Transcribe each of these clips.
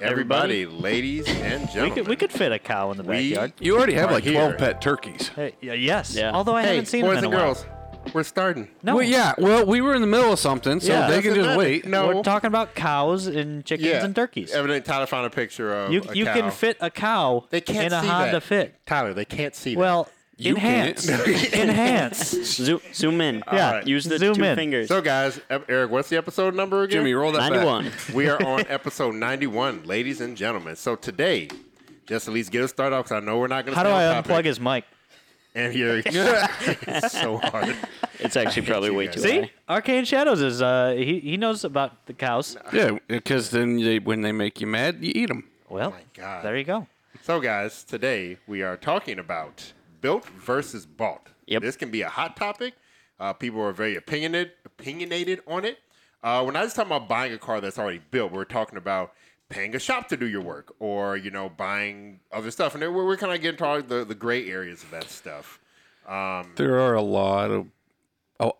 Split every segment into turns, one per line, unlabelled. everybody.
ladies and
We
gentlemen.
could, we could fit a cow in the
We-
backyard.
You already have
Right
like
here.
12 pet turkeys.
Hey, y- yes.
Yeah.
Although Oh, I
Hey,
haven't seen
boys
them in
and
a while.
girls, we're starting.
No.
Well, yeah. Well, we were in the middle of something, so
Yeah.
they can
Doesn't
just
matter.
wait.
No.
We're talking about cows and chickens and turkeys.
Evidently, Tyler found a picture of
you
a
you
cow.
can fit a cow
They can't
in a
see
Honda
that.
Fit.
Tyler, they can't see.
Well,
You can't.
enhance, enhance.
Zoom, zoom in. Uh,
Yeah. Alright.
Use the
Zoom
two
in.
fingers.
that. so guys, E- Eric, what's the episode number again?
Jimmy, roll that back.
91.
we are on episode 91, ladies and gentlemen. So today, just at least get us started off because I know we're not going to.
How do I unplug his mic?
And here, it's so hard.
It's actually probably way too
See,
high.
Arcane Shadows is uh he, he knows about the cows.
Oh
Yeah, because then they, when they make you mad, you eat them.
Well,
my God.
there you go.
So guys, today we are talking about built versus bought.
Yep.
This can be a hot topic. Uh, people are very opinionated, opinionated on it. Uh, we're not just talking about buying a car that's already built. We're talking about paying a shop to do your work, or you know, buying other stuff. And then we're, we're kind of getting to all the, the gray areas of that stuff. Um,
There are a lot of, oh,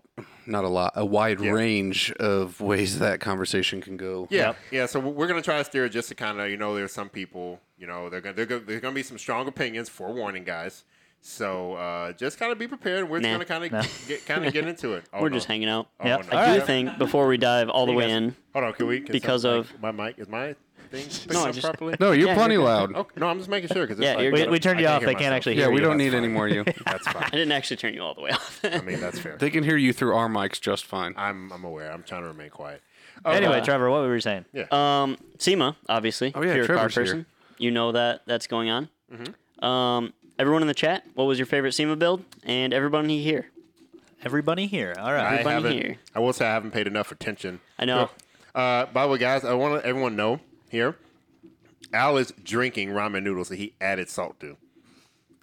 not a lot, a wide range of ways that conversation can go.
Yeah, yeah. So we're going to try to steer it just to kind of, you know, there's some people, you know, they're going to there's going to be some strong opinions. Forewarning, guys. So uh, just kind of be prepared. We're
Nah.
just going to kind of get kind of get into it. Oh,
We're
no.
just hanging out.
Oh,
Yeah.
no.
I
All
do
right.
think before we dive all the way in,
Hold on, can we? Can
Because
some-
of-
my mic is my thing. picked
I
up
just-
properly.
No, you're
Yeah,
plenty
you're
loud.
good.
Okay, no, I'm just making sure because
Yeah, you're
We,
good.
we turned you
I
off.
can't
They
hear
can't
myself.
actually
Yeah,
hear
we
you.
don't need any more of you.
That's
I
fine.
didn't actually turn you all the way off.
I mean, that's fair.
They can hear you through our mics just fine.
I'm I'm aware. I'm trying to remain quiet.
Anyway, Trevor, what were you saying?
Yeah.
um, SEMA, obviously.
Oh, yeah,
if you're
Trevor's
a car
here. Mm-hmm.
person. You know that that's going on. Um, everyone in the chat, what was your favorite SEMA build? And everyone here.
Everybody here. All
I
right.
Everybody
haven't.
here.
I will say I haven't paid enough attention.
I know.
Uh, by the way, guys, I want to let everyone know here. Al is drinking ramen noodles that he added salt to.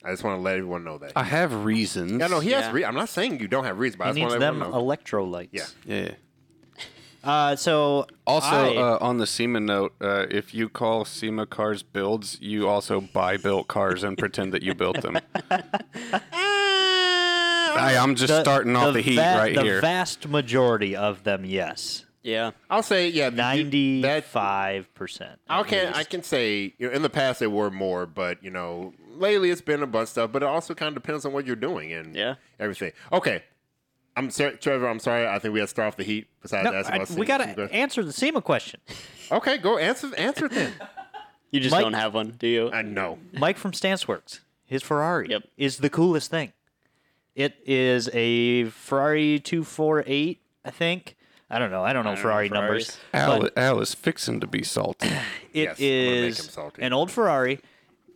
I just want to let everyone know that.
I have reasons.
yeah, no, he
Yeah.
has. Re- I'm not saying you don't have reasons, but I
He
just want
needs
to let
them
everyone know.
electrolytes.
Yeah.
Yeah.
Uh, so
Also,
I-
uh, on the SEMA note, uh, if you call SEMA cars builds, you also buy built cars and pretend that you built them. I, I'm just starting off the, heat
va-
right
the
here.
vast majority of them, yes,
Yeah.
I'll say, yeah, you- that
ninety-five percent.
I can I can say you know, in the past there were more, but you know lately it's been a bunch of stuff. But it also kind of depends on what you're doing and
Yeah.
everything. Okay, I'm sorry, Trevor. I'm sorry. I think we had to start off the heat. Besides,
No,
asking
I-
about
we
Sega
gotta
Super-
answer the SEMA question.
Okay, go answer answer it then.
You just
Mike-
don't have one, do you?
I know.
Mike from Stanceworks, his Ferrari
Yep.
is the coolest thing. It is a Ferrari two four eight, I think. I don't know. I don't know Ferrari numbers.
Ferraris.
Al, Al is fixing to be salty.
It
Yes, I'm gonna make
is
him salty.
an old Ferrari.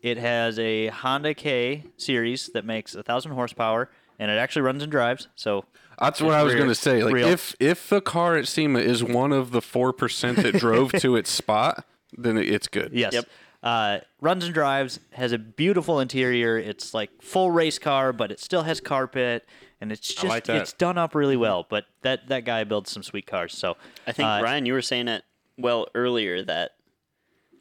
It has a Honda K series that makes a thousand horsepower, and it actually runs and drives. So
That's what I was
real-
going to say. Like,
real.
if if the car at SEMA is one of the four percent that drove to its spot, then it- it's good.
Yes.
Yep.
Uh, runs and drives, has a beautiful interior. It's like full race car, but it still has carpet, and it's just
like that.
it's done up really well. But that that guy builds some sweet cars. So
I think
uh,
Ryan, you were saying it well earlier that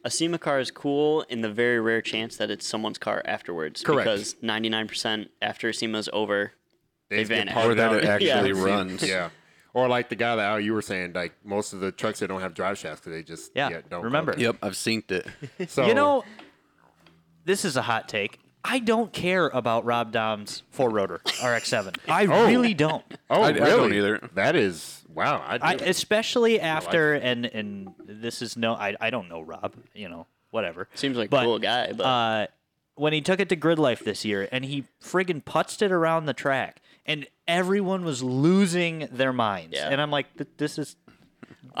a SEMA car is cool in the very rare chance that it's someone's car afterwards.
Correct.
Because ninety nine percent after SEMA's over,
They
vanish.
get
Or
parked
that
out
it
in-
actually
Yeah.
runs.
Yeah. Or like the guy that Al, you were saying, like most of the trucks they don't have drive shafts because they just
Yeah,
don't
remember.
Yep, I've seen it.
So
you know, this is a hot take. I don't care about Rob Dom's four rotor RX-7. I really don't.
oh
I- I
really?
don't either.
That is wow. I,
I,
do.
especially after and and this is no I, I don't know Rob you know whatever
seems like
But,
a cool guy, but
uh, when he took it to grid life this year and he friggin' putzed it around the track and everyone was losing their minds
Yeah.
and i'm like th- this is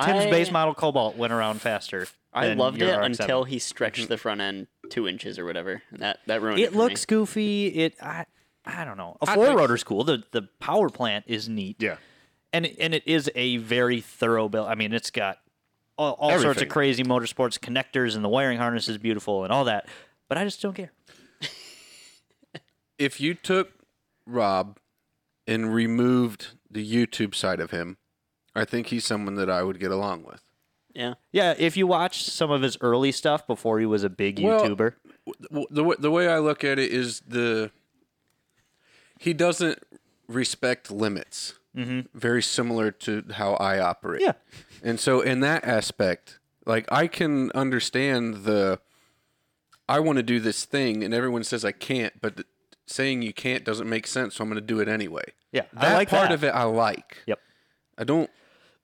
tim's
I-
base model cobalt went around faster
I
than
loved it
your RX-7.
until he stretched the front end two inches or whatever. And that that ruined it.
Mm-hmm. it
for
looks
me.
goofy it i i don't know a four rotor's cool the the power plant is neat
yeah.
and and it is a very thorough build. I mean, it's got all, all sorts of
Everything.
crazy motorsports connectors, and the wiring harness is beautiful and all that. But I just don't care.
if you took Rob and removed the YouTube side of him, I think he's someone that I would get along with.
Yeah.
Yeah, if you watch some of his early stuff before he was a big
Well-
YouTuber,
W- The w- the way I look at it is the he doesn't respect limits. Mm-hmm. Very similar to how I operate.
Yeah.
and so in that aspect, Like I can understand the I want to do this thing and everyone says I can't, but th- saying you can't doesn't make sense, so I'm going to do it anyway.
Yeah,
That
I like
part
that.
of it I like.
Yep.
I don't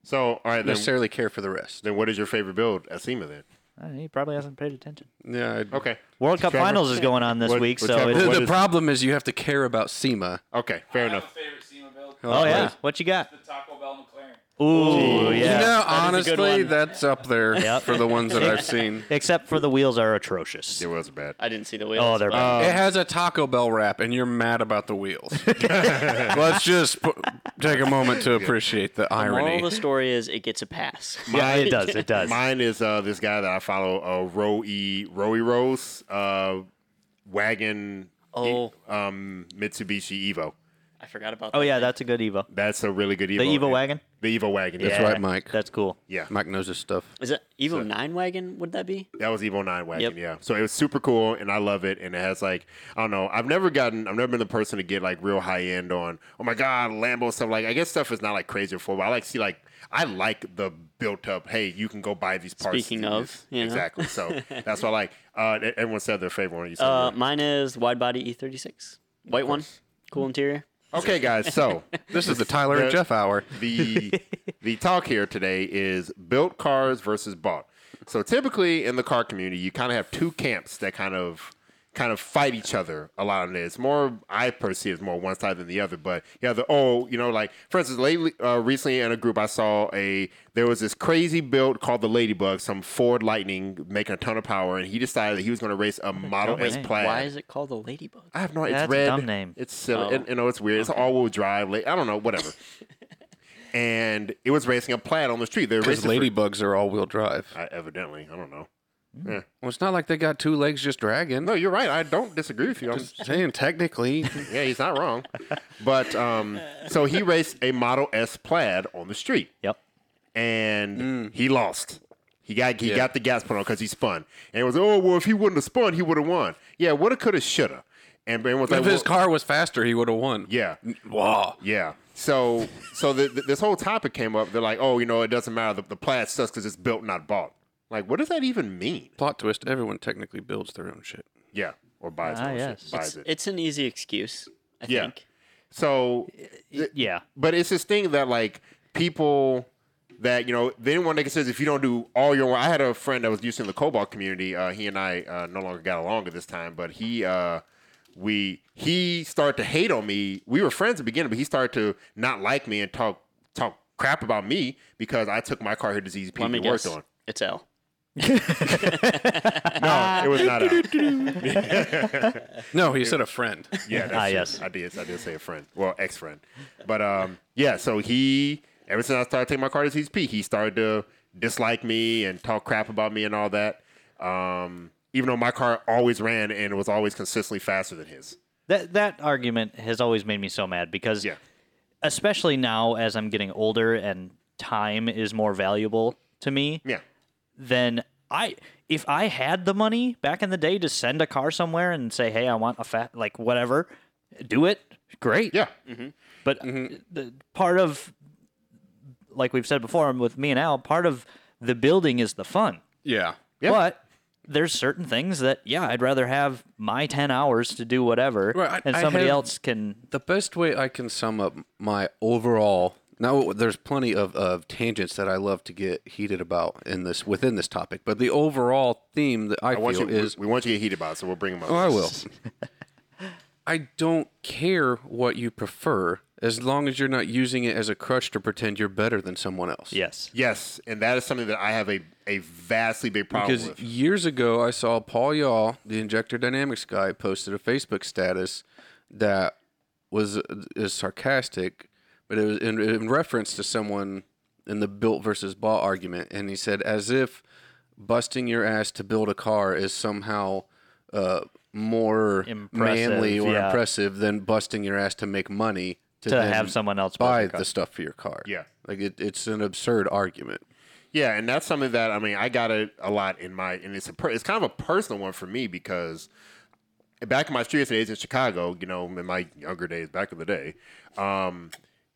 So, all right, then,
necessarily care for the rest.
then what is your favorite build, Asima, then?
Uh, He probably hasn't paid attention.
Yeah. I,
Okay.
World Cup
Trevor?
Finals is going on this
What-
week,
what
so
type of-
it's,
The,
What
the
is-
problem is you have to care about SEMA.
Okay, fair enough.
favorite SEMA build.
oh
Like,
yeah, what you got?
The Taco Bell McLaren.
Ooh,
You
yeah.
know,
that is a good
honestly,
one.
that's up there
Yep.
for the ones that I've seen.
Except for the wheels are atrocious.
It was bad.
I didn't see the wheels.
Oh, they're
but-
bad.
it has a Taco Bell wrap, and you're mad about the wheels. Let's just p- take a moment to appreciate the
The moral of the
irony.
story is it gets a pass.
yeah, it does. It does.
Mine is uh, this guy that I follow, uh, Roe E. Roe E. Rose, uh, Wagon
Oh.
um, Mitsubishi Evo.
I forgot about that.
uh, Oh yeah, that's a good Evo.
That's a really good Evo.
The Evo wagon.
The Evo Wagon. That's
yeah,
right.
right, Mike.
That's cool.
Yeah.
Mike knows his stuff.
Is it Evo 9 wagon? Would that be?
That was Evo 9 wagon,
Yep.
yeah. So it was super cool and I love it. And it has like, I don't know, I've never gotten, I've never been the person to get like real high end on, oh my God, Lambo stuff. Like, I guess stuff is not like crazy for, but I like see like, I like the built up, hey, you can go buy these parts. to
Speaking
do
of,
this.
you know.
Exactly. So that's what I like. Uh, e- everyone said their favorite one. You said
Uh,
yours.
mine is wide body E36. White one. Cool
Mm-hmm.
interior.
okay, guys. So
This is the Tyler
Yeah.
and Jeff hour.
the the talk here today is built cars versus bought. So typically in the car community, you kind of have two camps that kind of kind of fight each other a lot. And it's more I perceive it's more one side than the other. But yeah, the oh, you know, like for instance, lately uh, recently in a group I saw a there was this crazy build called the Ladybug, some Ford Lightning making a ton of power, and he decided that he was going to race a Model
dumb
S
name.
Plaid.
Why is it called the Ladybug?
I have no idea. It's
That's a
red.
dumb name.
It's silly.
Oh.
and, you know, it's weird. It's all wheel drive. Like, I don't know. Whatever. and it was racing a plaid on the street. They're
Because
racing for-
ladybugs are all wheel drive.
I, evidently, I don't know. Yeah.
Well, it's not like they got two legs just dragging.
No, you're right. I don't disagree with you. I'm,
Just saying, technically,
yeah, he's not wrong. But um, so he raced a Model S plaid on the street.
Yep.
and he lost. He got he
Yeah.
got the gas put on because he spun, and it was oh well if he wouldn't have spun he would have won. Yeah, woulda, coulda, shoulda, and everyone was like
if his
well-
car was faster, he would have won.
yeah,
Wow.
Yeah. So so the, the, this whole topic came up. They're like, oh, you know, it doesn't matter. The, the plaid sucks because it's built, not bought. Like, what does that even mean?
Plot twist: Everyone technically builds their own shit.
Yeah. Or buys
Ah,
it. or
yes.
shit,
It's,
Buys it.
it's an easy excuse, I
Yeah.
think.
So,
Yeah.
but it's this thing that like people that you know they didn't want to make it says if you don't do all your. I had a friend that was used in the cobalt community. Uh, he and I uh, no longer got along at this time, but he. Uh, we he started to hate on me. We were friends at the beginning, but he started to not like me and talk talk crap about me because I took my car here to these people
Let me
and worked
guess.
on.
It's L.
No, it was not out.
No, he said a friend.
Yeah, that's
Ah,
true.
yes.
I did. I did say a friend. Well, ex friend. But um, yeah. So he, ever since I started taking my car to CSP, he started to dislike me and talk crap about me and all that. Um, even though my car always ran and was always consistently faster than his.
That that argument has always made me so mad because
Yeah.
especially now as I'm getting older and time is more valuable to me,
Yeah.
then I if I had the money back in the day to send a car somewhere and say, "Hey, I want a fat like whatever," do it. Great.
Yeah.
Mm-hmm.
But the part of like we've said before with me and Al, part of the building is the fun.
Yeah.
Yeah.
But there's certain things that yeah, I'd rather have my 10 hours to do whatever
Right, I-
and
I
somebody
have-
else can
The best way I can sum up my overall now, there's plenty of, of tangents that I love to get heated about in this within this topic, but the overall theme that I,
I want
feel
you. we-
is
we, want you to get heated about it, so we'll bring him up.
oh, I will. I don't care what you prefer as long as you're not using it as a crutch to pretend you're better than someone else.
yes.
Yes, and that is something that I have a, a vastly big problem
Because
with.
years ago, I saw Paul Yaw, the Injector Dynamics guy, posted a Facebook status that was is sarcastic, but it was in, in reference to someone in the built versus bought argument, and he said as if busting your ass to build a car is somehow uh, more
Impressive,
manly or
yeah.
impressive than busting your ass to make money to,
To
then
have someone else build
buy
your car.
the stuff for your car.
Yeah.
like it, it's an absurd argument.
Yeah, and that's something that I mean I got it a lot in my and it's a per, it's kind of a personal one for me because back in my street days in Chicago, you know, in my younger days back in the day, um,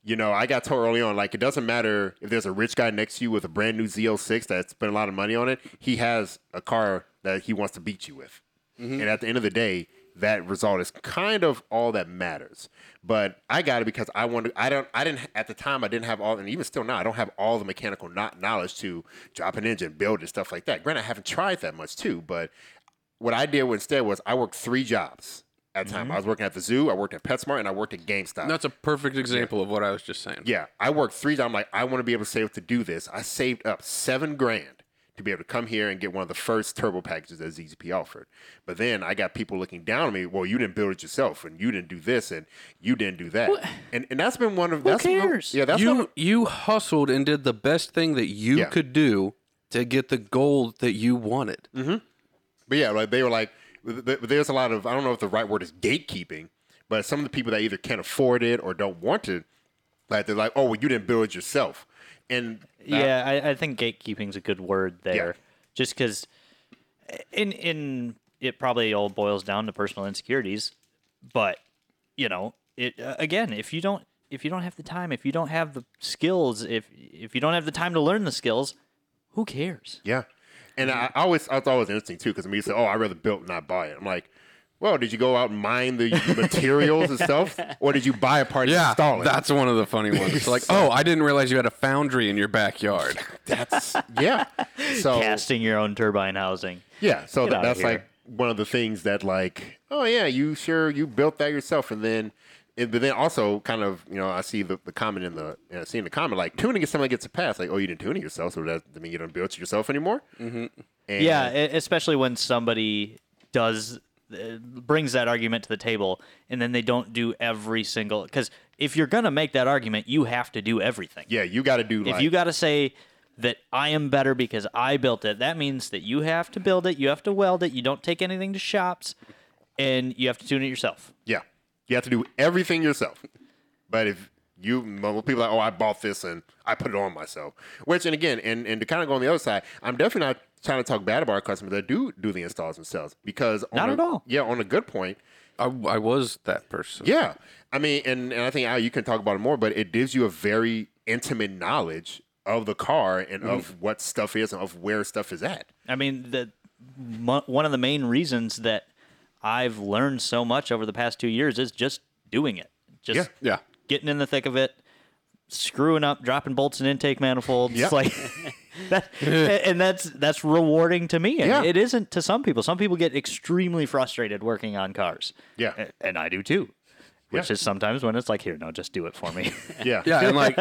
You know, I got told early on, like, it doesn't matter if there's a rich guy next to you with a brand new ZL6 that spent a lot of money on it. He has a car that he wants to beat you with. And at the end of the day, that result is kind of all that matters. But I got it because I wanted, I don't, I didn't, at the time, I didn't have all, and even still now, I don't have all the mechanical kno- knowledge to drop an engine, build it, stuff like that. Granted, I haven't tried that much too, but what I did instead was I worked three jobs at the time. I was working at the zoo, I worked at PetSmart, and I worked at GameStop.
That's a perfect example of what I was just saying.
Yeah, I worked three. I'm like, I want to be able to save to do this. I saved up seven grand to be able to come here and get one of the first turbo packages that ZZP offered. But then I got people looking down on me. Well, you didn't build it yourself, and you didn't do this, and you didn't do that. And and that's been one of that's one of-
cares?
yeah, that's
you
one of-
you hustled and did the best thing that you
Yeah.
could do to get the gold that you wanted.
But yeah, like they were like, th- th- there's a lot of I don't know if the right word is gatekeeping, but some of the people that either can't afford it or don't want it, like they're like, oh, well, you didn't build it yourself, and
Yeah, I, I think gatekeeping's a good word there. Just 'cause Just because, in in it probably all boils down to personal insecurities, but you know, it uh, again, if you don't if you don't have the time, if you don't have the skills, if if you don't have the time to learn the skills, who cares?
Yeah, and I I always I thought it was interesting too because when you say, "Oh, I rather build and not buy it," I'm like, "Well, did you go out and mine the materials and stuff, or did you buy a part and install it?"
that's one of the funny ones. It's like, oh, I didn't realize you had a foundry in your backyard.
That's yeah. So
Casting your own turbine housing.
yeah, so
Get
that,
outta
that's
here.
like one of the things that like, oh yeah, you sure you built that yourself, and then. And, but then also, kind of, you know, I see the, the comment in the, you know, see in the comment, like, tuning is something that gets a pass. Like, oh, you didn't tune it yourself, so that doesn't mean you don't build it yourself anymore. Mm-hmm. And,
Yeah, e- especially when somebody does uh, brings that argument to the table and then they don't do every single cuz if you're going to make that argument, you have to do everything.
Yeah, you got to do like.
If you got to say that I am better because I built it, that means that you have to build it, you have to weld it, you don't take anything to shops, and you have to tune it yourself.
Yeah. You have to do everything yourself. But if you well, people are like, oh, I bought this and I put it on myself. Which and again, and, and to kind of go on the other side, I'm definitely not trying to talk bad about our customers that do do the installs themselves because on
Not
a-
at all.
Yeah, on a good point,
I, I was that person.
yeah, I mean, and, and I think Al, you can talk about it more, but it gives you a very intimate knowledge of the car and
Mm-hmm.
of what stuff is and of where stuff is at.
I mean, the mo- one of the main reasons that I've learned so much over the past 2 years is just doing it. Just
Yeah.
Yeah.
getting in the thick of it, screwing up, dropping bolts and intake manifolds.
Yep.
Like that, and that's that's rewarding to me. And
Yeah.
it isn't to some people. Some people get extremely frustrated working on cars.
Yeah.
A- and I do too. Which
Yeah.
is sometimes when it's like, here, no, just do it for me.
Yeah,
Yeah, and like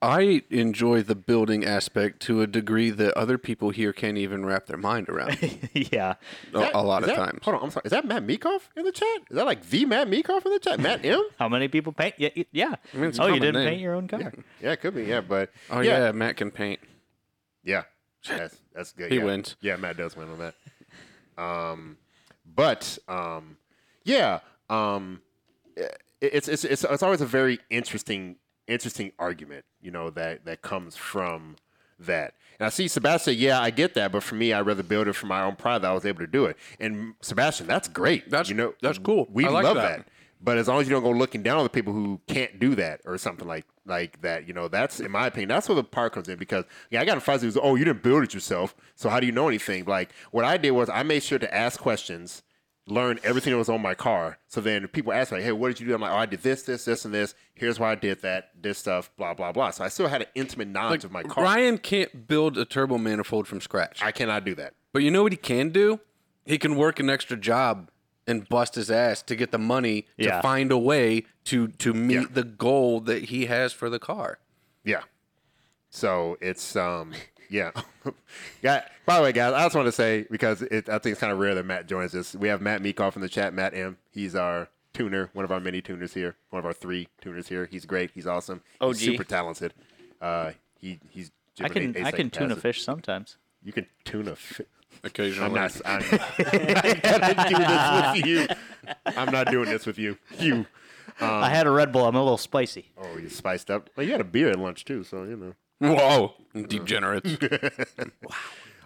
I enjoy the building aspect to a degree that other people here can't even wrap their mind around
yeah.
a, a lot
Is
of
that-
times.
Hold on, I'm sorry. Is that Matt Meekoff in the chat? Is that like the Matt Meekoff in the chat? Matt M?
How many people paint? Yeah. y- yeah.
it's a
oh, you
common
didn't
name.
paint your own car.
Yeah, it could be. Yeah, but
Oh yeah. Matt can paint.
yeah, that's that's good.
He
yeah.
wins.
Yeah, Matt does win on that. Um, but um, yeah, um, it- it's it's it's it's always a very interesting interesting argument, you know that that comes from that. And I see Sebastian. Yeah, I get that, but for me, I'd rather build it for my own pride that I was able to do it. And Sebastian, that's great.
That's-
you know
that's cool.
We
I like
love
that.
that. But as long as you don't go looking down on the people who can't do that or something like like that, you know, that's in my opinion, that's where the part comes in because yeah, I got in fights who's oh, you didn't build it yourself, so how do you know anything? Like what I did was I made sure to ask questions, learn everything that was on my car. So then if people ask me, Hey, what did you do? I'm like, Oh, I did this, this, this, and this, here's why I did that, this stuff, blah, blah, blah. So I still had an intimate knowledge of my car.
Ryan can't build a turbo manifold from scratch.
I cannot do that.
But you know what he can do? He can work an extra job and bust his ass to get the money
Yeah.
to find a way to to meet
Yeah.
the goal that he has for the car.
Yeah. So it's um yeah. yeah. By the way, guys, I just want to say because it, I think it's kind of rare that Matt joins us. We have Matt Meekoff in the chat. Matt M. He's our tuner, one of our many tuners here, one of our three tuners here. He's great. He's awesome.
OG.
He's super talented. Uh, he he's.
I can
jibbing
I can
async
tune a
passes.
fish sometimes.
You can tune a fish.
Occasionally.
I'm not. I'm, I'm not gonna do this with you. I'm not doing this with you. You.
I had a Red Bull. I'm a little spicy.
Oh, you spiced up. Well, you had a beer at lunch too, so you know.
Whoa. Degenerates.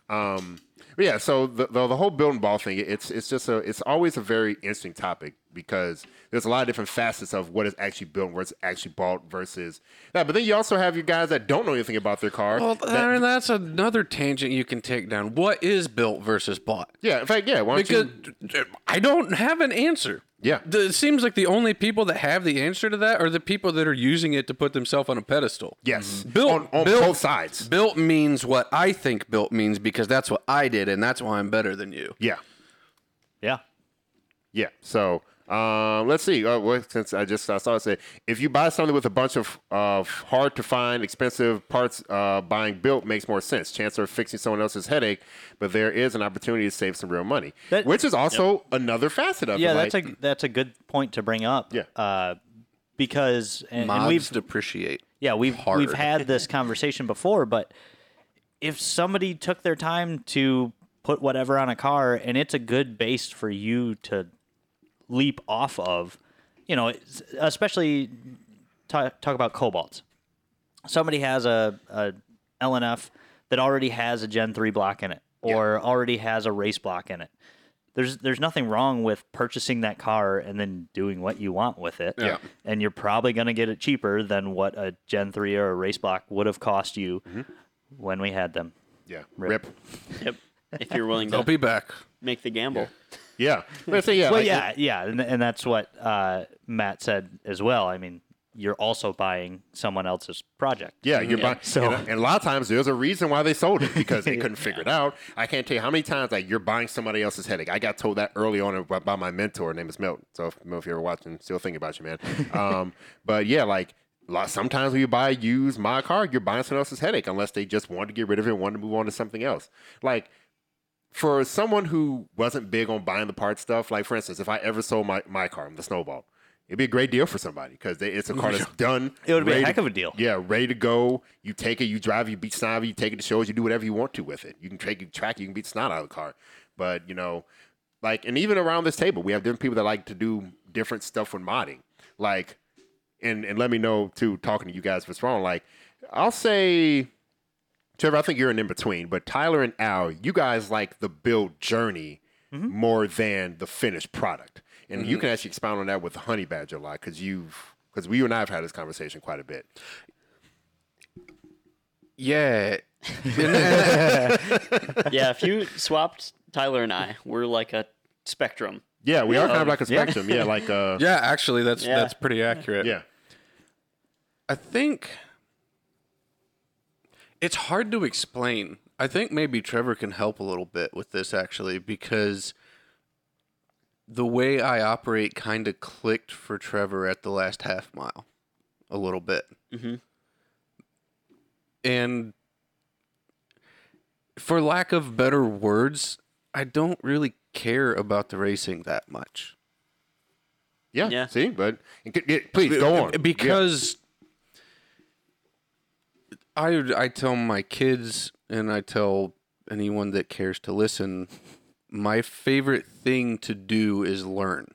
But yeah, so the, the the whole building ball thing, it's it's just a it's always a very interesting topic because there's a lot of different facets of what is actually built, what's actually bought versus that. But then you also have your guys that don't know anything about their car.
Well,
that-
I mean, that's another tangent you can take down. What is built versus bought?
yeah, in fact, yeah, why don't
Because
you?
I don't have an answer.
Yeah.
The- It seems like the only people that have the answer to that are the people that are using it to put themselves on a pedestal.
Yes,
Built
on, on
Mm-hmm. built-
both sides.
Built means what I think built means because that's what I did and that's why I'm better than you.
Yeah,
Yeah.
yeah. So um, let's see. Uh, well, since I just I saw it say, if you buy something with a bunch of of hard to find, expensive parts, uh, buying built makes more sense. Chance of fixing someone else's headache, but there is an opportunity to save some real money,
That-
which is also another facet of
yeah
it.
that's
like,
a that's a good point to bring up
Yeah.
uh, because and, and
Mobs
we've
depreciate.
yeah we've we've
hard.
had this conversation before but if somebody took their time to put whatever on a car and it's a good base for you to leap off of you know it's- especially talk, talk about cobalts somebody has a, a lnf that already has a gen 3 block in it or already has a race block in it there's there's nothing wrong with purchasing that car and then doing what you want with it.
Yeah.
And you're probably going to get it cheaper than what a Gen 3 or a race block would have cost you when we had them.
yeah,
Rip.
rip.
Yep. If you're willing
I'll
to
be back.
make the gamble.
Yeah, let's say yeah.
Well,
like,
yeah, yeah, and, and that's what uh, Matt said as well. I mean, you're also buying someone else's project.
Yeah, you're buying.
Mm-hmm. So-
and, uh, and a lot of times there's a reason why they sold it because they couldn't figure it out. I can't tell you how many times like you're buying somebody else's headache. I got told that early on by, by my mentor. Her name is Milt. So if, Milt, if you're ever watching, still thinking about you, man. Um, but yeah, like. lot- Sometimes when you buy a used my car, you're buying someone else's headache unless they just wanted to get rid of it and wanted to move on to something else. Like for someone who wasn't big on buying the part stuff, like for instance, if I ever sold my, my car, the snowball, it'd be a great deal for somebody because it's a car that's done.
It would be a
ready to-
heck of a deal.
yeah, ready to go. You take it, you drive, you beat snot, out of it, you take it to shows, you do whatever you want to with it. You can take, you track, you can beat snot out of the car. But you know, like, and even around this table, we have different people that like to do different stuff with modding. Like, and and let me know too. Talking to you guys, if it's wrong? Like, I'll say, Trevor, I think you're an in between. But Tyler and Al, you guys like the build journey more than the finished product. And you can actually expound on that with the honey badger a lot because you've because we and I have had this conversation quite a bit.
Yeah.
yeah, if you swapped Tyler and I, we're like a spectrum.
Yeah, we are kind of like a spectrum. Oh, Yeah, like uh, yeah.
Yeah, actually that's
Yeah.
that's pretty accurate. I think it's hard to explain. I think maybe Trevor can help a little bit with this actually because the way I operate kind of clicked for Trevor at the last half mile a little bit.
Mhm.
And for lack of better words, I don't really care about the racing that much.
yeah,
Yeah.
See, but and c- yeah, please go on
because I I tell my kids and I tell anyone that cares to listen, my favorite thing to do is learn.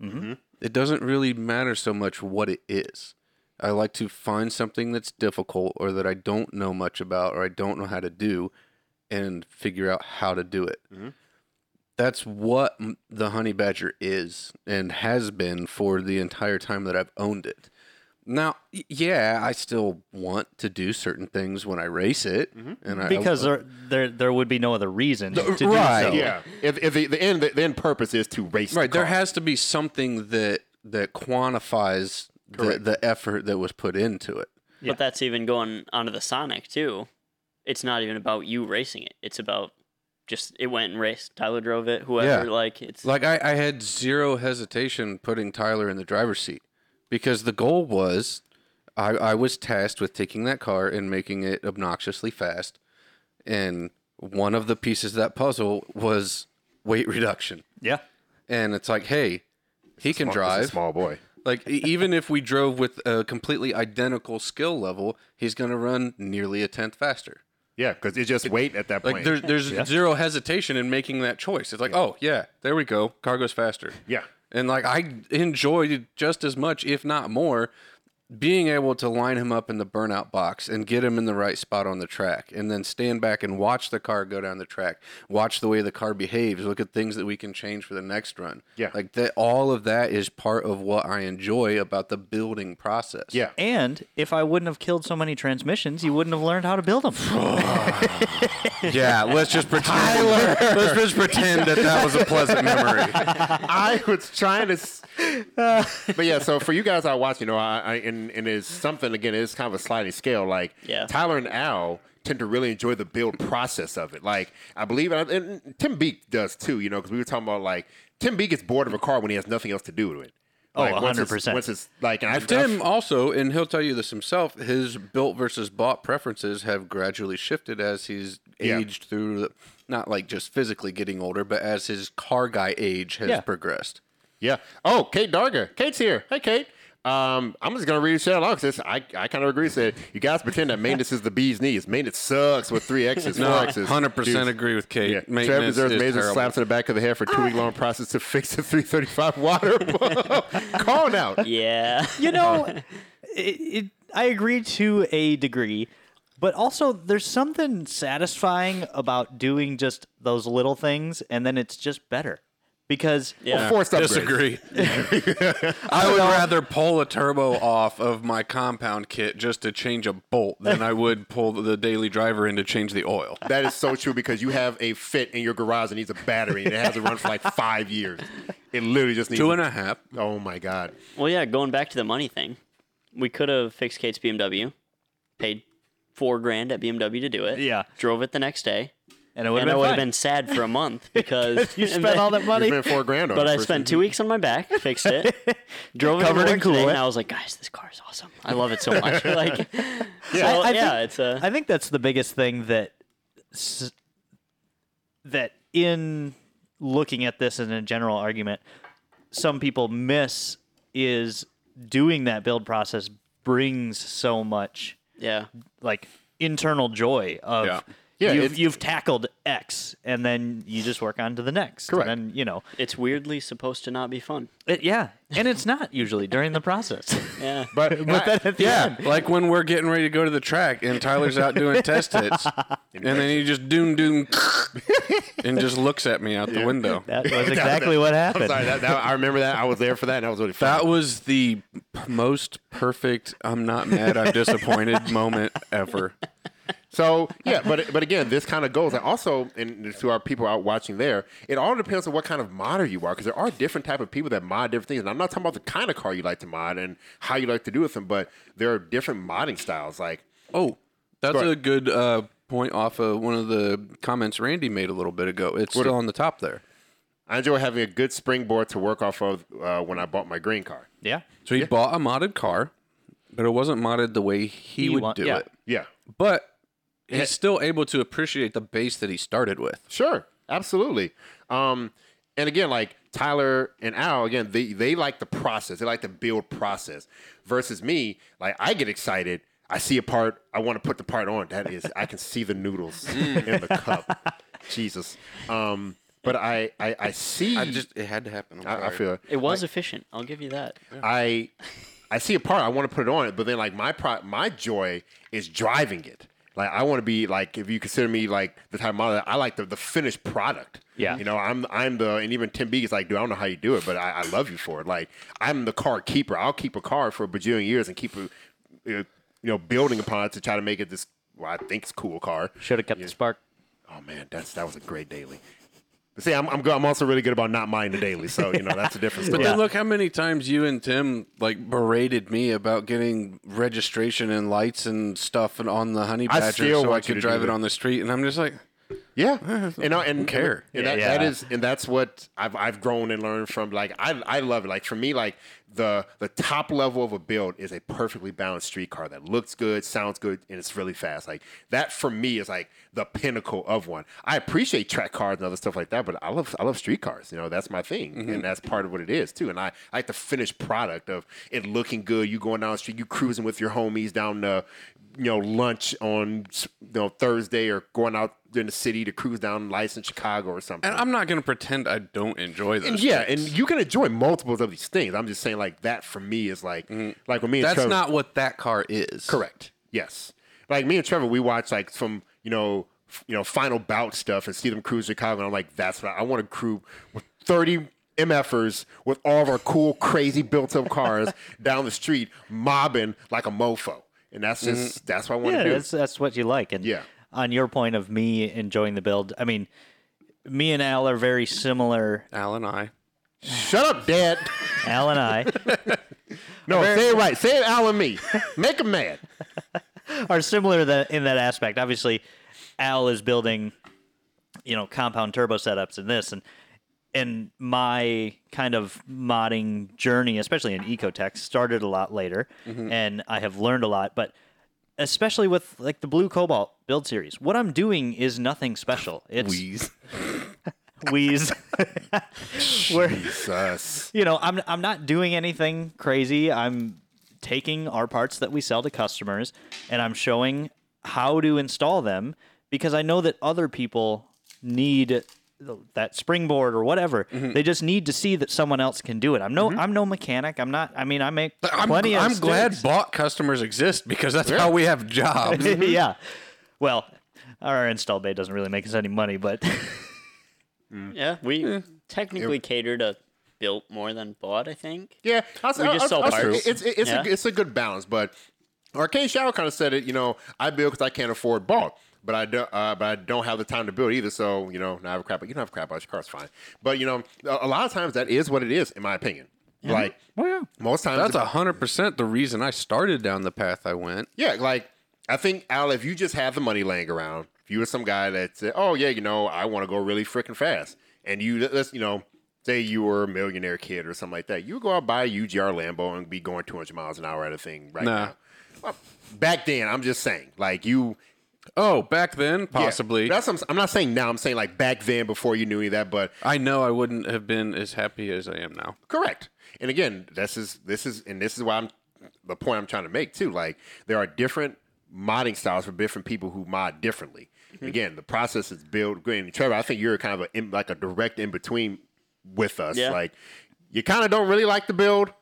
Mhm.
It doesn't really matter so much what it is. I like to find something that's difficult or that I don't know much about or I don't know how to do and figure out how to do it. That's what m- the honey badger is and has been for the entire time that I've owned it. Now, y- yeah, I still want to do certain things when I race it, and I
Because there, there there would be no other reason to do
right,
Yeah,
so.
yeah. If, if the, the end the, the end purpose is to race, the
right there
car.
has to be something that that quantifies the, the effort that was put into it.
Yeah.
But that's even going onto the Sonic too. It's not even about you racing it. It's about just it went and raced. Tyler drove it. Whoever
Yeah.
like it's
Like I, I had zero hesitation putting Tyler in the driver's seat because the goal was I, I was tasked with taking that car and making it obnoxiously fast. And one of the pieces of that puzzle was weight reduction.
Yeah.
And it's like, hey, he can
Small- it's a
drive.
small boy.
Like e- even if we drove with a completely identical skill level, he's gonna run nearly a tenth faster.
Yeah, because it's just weight at that point.
Like there's there's zero hesitation in making that choice. It's like, oh yeah, there we go. Car goes faster.
yeah,
And like I enjoyed it just as much, if not more, being able to line him up in the burnout box and get him in the right spot on the track and then stand back and watch the car go down the track watch the way the car behaves look at things that we can change for the next run
Yeah.
like that all of that is part of what i enjoy about the building process
Yeah.
And if I wouldn't have killed so many transmissions, you wouldn't have learned how to build them.
yeah let's just pretend let's just pretend that that was a pleasant memory
I was trying to. s- but yeah, so for you guys I watch, you know, I, I and, and it's something again. It's kind of a sliding scale. Like
Yeah.
Tyler and Al tend to really enjoy the build process of it. Like I believe, and, and Tim Beek does too. You know, because we were talking about like Tim Beek gets bored of a car when he has nothing else to do to it.
Oh,
Like, once it's-
100%.
Once it's like, and I,
Tim also, and he'll tell you this himself, his built versus bought preferences have gradually shifted as he's
Yeah.
aged through, the, not like just physically getting older, but as his car guy age has
Yeah.
progressed.
Yeah. Oh, Kate Darga. Kate's here. Hey, Kate. Um, I'm just gonna read shit along because I, I kind of agree with it. You guys pretend that maintenance is the bee's knees. Maintenance sucks with three X's, four X's. Dudes.
agree with
Yeah. Trevor deserves major slaps in the back of the head for two week long process to fix the 335 water pump. Call out.
Yeah.
you know, it, it, I agree to a degree, but also there's something satisfying about doing just those little things, and then it's just better because oh,
Yeah.
Forced upgrades.
Disagree. I would rather pull a turbo off of my compound kit just to change a bolt than I would pull the daily driver in to change the oil.
That is so true because you have a fit in your garage that needs a battery and it hasn't run for like five years. It literally just needs
Two and a half.
Oh my God.
Well, yeah, going back to the money thing, we could have fixed Kate's BMW, paid four grand at BMW to do it.
Yeah.
Drove it the next day.
and it would
and I
have
would
been,
have
fine.
been sad for a month because
you spent all that
You
money.
spent four grand on
But
it
I
for-
spent two weeks on my back, fixed it, drove
Covered
it covered
in
in today,
coolant.
and I was like, guys, this car is awesome. I love it so much. like, yeah,
I- I
yeah,
think-
it's uh, a
I think that's the biggest thing that s- that in looking at this in a general argument, some people miss is doing that build process brings so much
yeah.
like internal joy of
Yeah.
Yeah,
you've,
it's-
you've tackled X and then you just work on to the next.
Correct.
And then, you know,
It's weirdly supposed to not be fun.
it, yeah. And it's not usually during the process.
Yeah.
But, but
then at the
Yeah,
end-
like when we're getting ready to go to the track and Tyler's out doing test hits, and then he just doom doom, and just looks at me out the window.
that was exactly what
I'm
happened.
sorry. That, that, I remember that. I was there for that and that was really fun.
That was the p- most perfect. I'm not mad. I'm disappointed moment ever.
So yeah, but but again, this kind of goes, and also, and to our people out watching there, it all depends on what kind of modder you are, because there are different type of people that mod different things. And I'm not talking about the kind of car you like to mod and how you like to do with them, but there are different modding styles. Like,
Oh, that's
Go
a good uh, point off of one of the comments Randy made a little bit ago. It's still on the top there.
I enjoy having a good springboard to work off of uh, when I bought my green car.
Yeah.
So he bought a modded car, but it wasn't modded the way he, would
want-
do
yeah.
it.
Yeah,
But he's still able to appreciate the base that he started with.
Sure, absolutely. Um, and again, like Tyler and Al, again, they they like the process. They like the build process. Versus me, like I get excited. I see a part. I want to put the part on. That is, I can see the noodles
Mm.
in the cup. Jesus. Um, but I I, I see.
I just it had to happen. I'm
I, I
sorry.
feel.
It was efficient. I'll give you that.
I I see a part I want to put it on, but then like my pro- my joy is driving it. Like I want to be like if you consider me like the type of model I like the, the finished product.
Yeah.
You know, I'm I'm the and even Tim B is like, dude, I don't know how you do it, but I, I love you for it. Like I'm the car keeper. I'll keep a car for a bajillion years and keep a, you know building upon it to try to make it this well, I think it's a cool car.
Should have kept the spark.
Oh man, that's that was a great daily. But see, I'm I'm, go- I'm also really good about not minding the daily, so you know that's a different
But
story.
then look how many times you and Tim like berated me about getting registration and lights and stuff and on the honey
I
badger
still
so I
want you
could
to
drive
do
it
that.
on the street, and I'm just like,
Yeah, and I- and
care.
And that,
Yeah.
that is and that's what I've I've grown and learned from. Like I I love it. Like for me, like the the top level of a build is a perfectly balanced street car that looks good, sounds good, and it's really fast. Like that for me is like the pinnacle of one. I appreciate track cars and other stuff like that, but I love I love street cars. You know that's my thing, and that's part of what it is too. And I, I like the finished product of it looking good. You going down the street, you cruising with your homies down the you know lunch on you know Thursday or going out in the city to cruise down lights in Chicago or something.
And I'm not going to pretend I don't enjoy those.
And yeah, and
things.
you can enjoy multiples of these things. I'm just saying, like that for me is like, like with me and
that's
Trevor.
not what that car is.
correct. Yes, like me and Trevor, we watch like some, you know, f- you know, final bout stuff and see them cruise Chicago, and I'm like, that's what I, I want to crew with 30 mfers with all of our cool, crazy built-up cars down the street, mobbing like a mofo, and that's just that's what I want to
yeah,
do.
that's that's what you like. And
Yeah.
on your point of me enjoying the build, I mean, me and Al are very similar.
Al and I.
Shut up, Dad.
Al and I
No, say it right. Say it out of me. Make him mad.
are similar that in that aspect. Obviously, Al is building, you know, compound turbo setups and this and and my kind of modding journey, especially in Ecotech, started a lot later, and I have learned a lot. But especially with like the Blue Cobalt build series, what I'm doing is nothing special. It's
Please.
wheeze. We're,
Jesus.
you know, I'm I'm not doing anything crazy. I'm taking our parts that we sell to customers and I'm showing how to install them because I know that other people need that springboard or whatever.
Mm-hmm.
They just need to see that someone else can do it. I'm no I'm no mechanic. I'm not I mean I make
I'm,
plenty of
I'm glad
mistakes.
bought customers exist because that's how we have jobs.
yeah. Well, our install bay doesn't really make us any money, but
Yeah, we technically cater to built more than bought. I think.
Yeah, I was,
We just sell parts.
It's it's, it's, a,
Yeah.
it's a good balance, but Arcane Shadow kind of said it. You know, I build because I can't afford bulk, but I do, uh, but I don't have the time to build either. So you know, now I have a crap. You don't have a crap out your car's fine. But you know, a, a lot of times that is what it is, in my opinion. Like most times,
That's a hundred percent the reason I started down the path I went.
Yeah, like I think Al, if you just have the money laying around, if you were some guy that said, "Oh yeah, you know, I want to go really freaking fast," and you let's you know, say you were a millionaire kid or something like that, you would go out buy a UGR Lambo and be going 200 miles an hour at a thing right
Nah.
now. Well, back then, I'm just saying, like you
Oh, back then,
yeah,
possibly.
that's what I'm, I'm not saying now. I'm saying like back then before you knew any of that, but
I know I wouldn't have been as happy as I am now.
Correct. And again, this is this is and this is why I'm the point I'm trying to make too. Like there are different modding styles for different people who mod differently.
Mm-hmm.
Again, the process is built. Again, Trevor, I think you're kind of a, in, like a direct in between with us.
Yeah.
Like you kind of don't really like the build.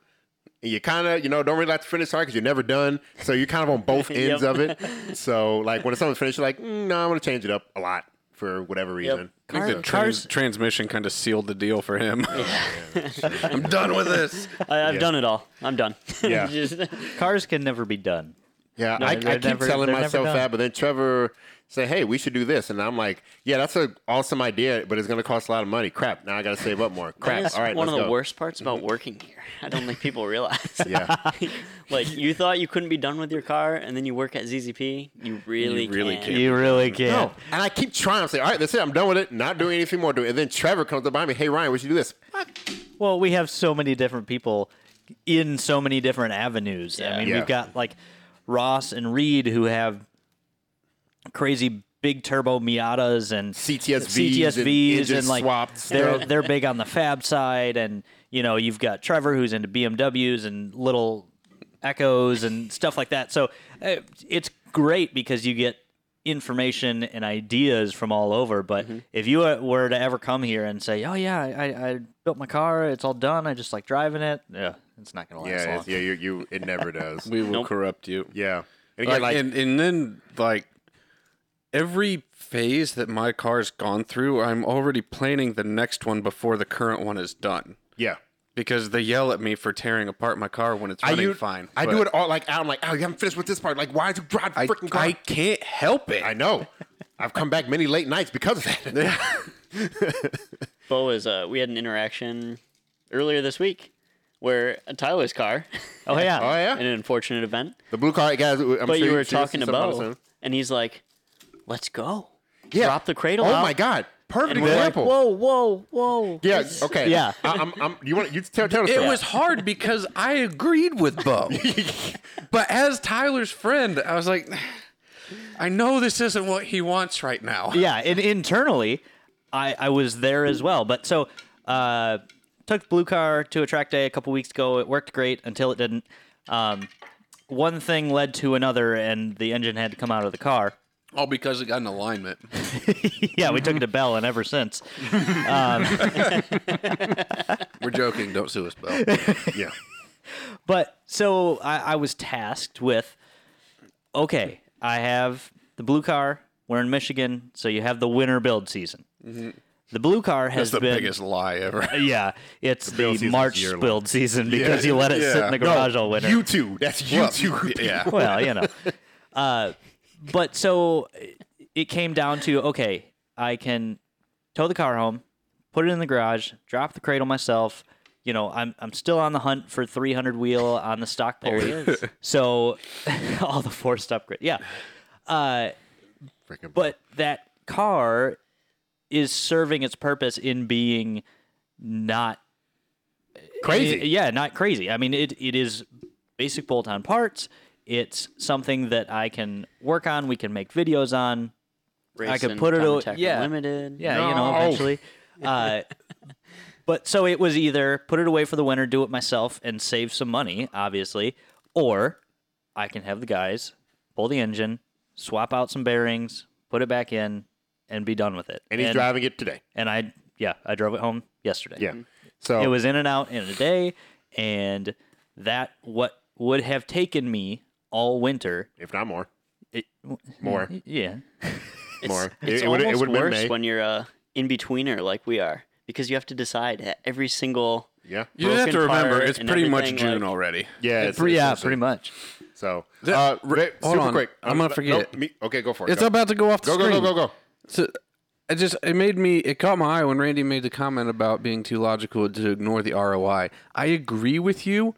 And you kind of, you know, don't really like the finished art because you're never done. So you're kind of on both ends
Yep.
of it. So, like, when it's something finished, you're like, mm, no, I'm going to change it up a lot for whatever reason.
I think
Car-
the
cars-
trans- transmission kind of sealed the deal for him. I'm done with this.
I, I've done it all. I'm done.
Yeah.
Just-
cars can never be done.
Yeah, I, I
they're
keep
never-
telling
they're never
myself
done.
that, but then Trevor said, "Hey, we should do this," and I'm like, "Yeah, that's an awesome idea, but it's going to cost a lot of money. Crap! Now I got to save up more. Crap!
That's
All right,
one
let's
of the
go.
worst parts
Mm-hmm.
about working here. I don't think people realize.
Yeah,
like you thought you couldn't be done with your car, and then you work at ZZP. You really,
really
can.
can't.
You really can't.
no, and I keep trying. I'm saying, "All right, that's it. I'm done with it. Not doing anything more." to it." And then Trevor comes up behind me. Hey, Ryan, we should do this.
Well, we have so many different people in so many different avenues. I
Yeah.
mean,
Yeah.
we've got like Ross and Reed who have crazy big turbo Miatas and
CTSVs,
CTSVs
and,
and,
engine
like
swapped
they're
stuff.
they're big on the fab side and you know, you've got Trevor who's into BMWs and little echoes and stuff like that. So uh, it's great because you get information and ideas from all over. But
Mm-hmm.
if you uh, were to ever come here and say, "Oh yeah, I, I- I built my car, it's all done, I just like driving it," yeah, it's not gonna last
Yeah,
long.
it's, yeah, you, you, it never does.
We will corrupt you.
yeah, and
Like,
again, like,
and, and then like every phase that my car's gone through, I'm already planning the next one before the current one is done.
yeah.
Because they yell at me for tearing apart my car when it's
I
running
do,
fine.
I
but
do it all like out. I'm like, oh, you haven't finished with this part. Like, why'd you drive the
I,
freaking car?
I can't help it.
I know. I've come back many late nights because of that.
Bo is. Uh, we had an interaction earlier this week where uh, Tyler's car,
Oh yeah,
Oh yeah,
in an unfortunate event,
the blue car guys. I'm
but
sure
you were
you've seen this
talking
in some other
about,
stuff.
and he's like, "Let's go."
yeah.
drop the cradle
Oh
out.
my god, perfect
And we're like,
example.
whoa, whoa, whoa.
yeah. Okay.
Yeah.
I, I'm, I'm. You want you tell tell us.
It was hard because I agreed with Bo. but as Tyler's friend, I was like, I know this isn't what he wants right now.
yeah, and internally, I I was there as well. But so, uh, took Blue Car to a track day a couple weeks ago. It worked great until it didn't. Um, one thing led to another, and the engine had to come out of the car.
All because it got an alignment.
yeah, we took it to Bell, and ever since,
We're joking. Don't sue us, Bell.
Yeah.
But so I, I was tasked with okay, I have the blue car. We're in Michigan, so you have the winter build season. The blue car has
That's the
been.
biggest lie ever.
Yeah, it's the,
build season's
March
year-long.
build season because you let it sit
yeah.
in the garage all winter.
You two. That's you two.
yeah.
well, you know. Uh, but so it came down to okay, I can tow the car home, put it in the garage, drop the cradle myself. You know, I'm I'm still on the hunt for 300 wheel on the stock Perry. so all the forced upgrade, yeah. Uh,
Freaking
but that car is serving its purpose in being not
crazy.
it- yeah, not crazy. I mean, it it is basic bolt on parts. It's something that I can work on. We can make videos on. I could
Racing
put it o-
Contact
yeah.
Limited.
Yeah, you know,
No.
eventually. Uh, but so it was either put it away for the winter, do it myself, and save some money, obviously, or I can have the guys pull the engine, swap out some bearings, put it back in, and be done with it.
and he's driving it today.
And I, yeah, I drove it home yesterday.
Yeah.
Mm-hmm.
So
It was in and out in a day, and that what would have taken me all winter.
if not more,
It,
more,
yeah,
It's,
more.
it's
it would've-
almost
it would've been
worse
May.
when you're a in betweener like we are because you have to decide at every single.
yeah,
You have to
Broken
remember,
part
it's
and
pretty much
everything,
June
like-
already.
yeah, it's,
Pre- yeah,
it's-
pretty much.
So,
That-
uh,
re-
re-
hold
super
on.
quick. Uh,
I'm gonna
no,
forget.
me- okay, go for it.
It's
go.
about to go off the
Go, go,
screen.
go, go, go.
So, it just it made me it caught my eye when Randy made the comment about being too logical to ignore the ROI. I agree with you,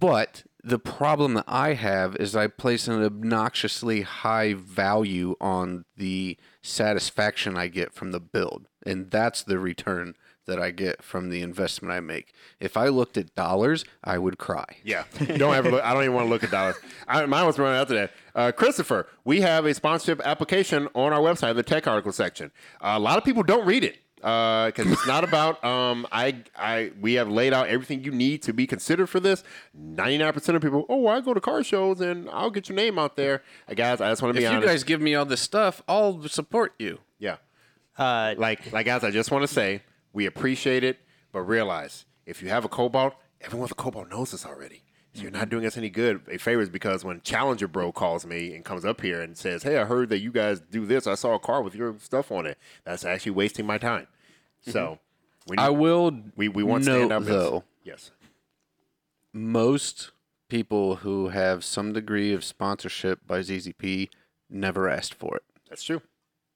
but the problem that I have is I place an obnoxiously high value on the satisfaction I get from the build, and that's the return that I get from the investment I make. If I looked at dollars, I would cry.
Yeah, don't ever. Look, I don't even want to look at dollars. I, mine was running after that. Uh, Christopher, we have a sponsorship application on our website, the tech article section. a lot of people don't read it because it's not about. Um, I, I, we have laid out everything you need to be considered for this. Ninety nine percent of people, oh, I go to car shows and I'll get your name out there. Uh, guys, I just want to be
If you
honest.
guys give me all this stuff, I'll support you.
yeah,
Uh,
like, like guys, I just want to say we appreciate it, but realize if you have a Cobalt, everyone with a Cobalt knows this already. So you're
Mm-hmm.
not doing us any good a favors because when Challenger Bro calls me and comes up here and says, "Hey, I heard that you guys do this. I saw a car with your stuff on it." That's actually wasting my time.
Mm-hmm.
So we,
I will
we we want
note,
stand up
though.
Yes.
most people who have some degree of sponsorship by ZZP never asked for it.
That's true.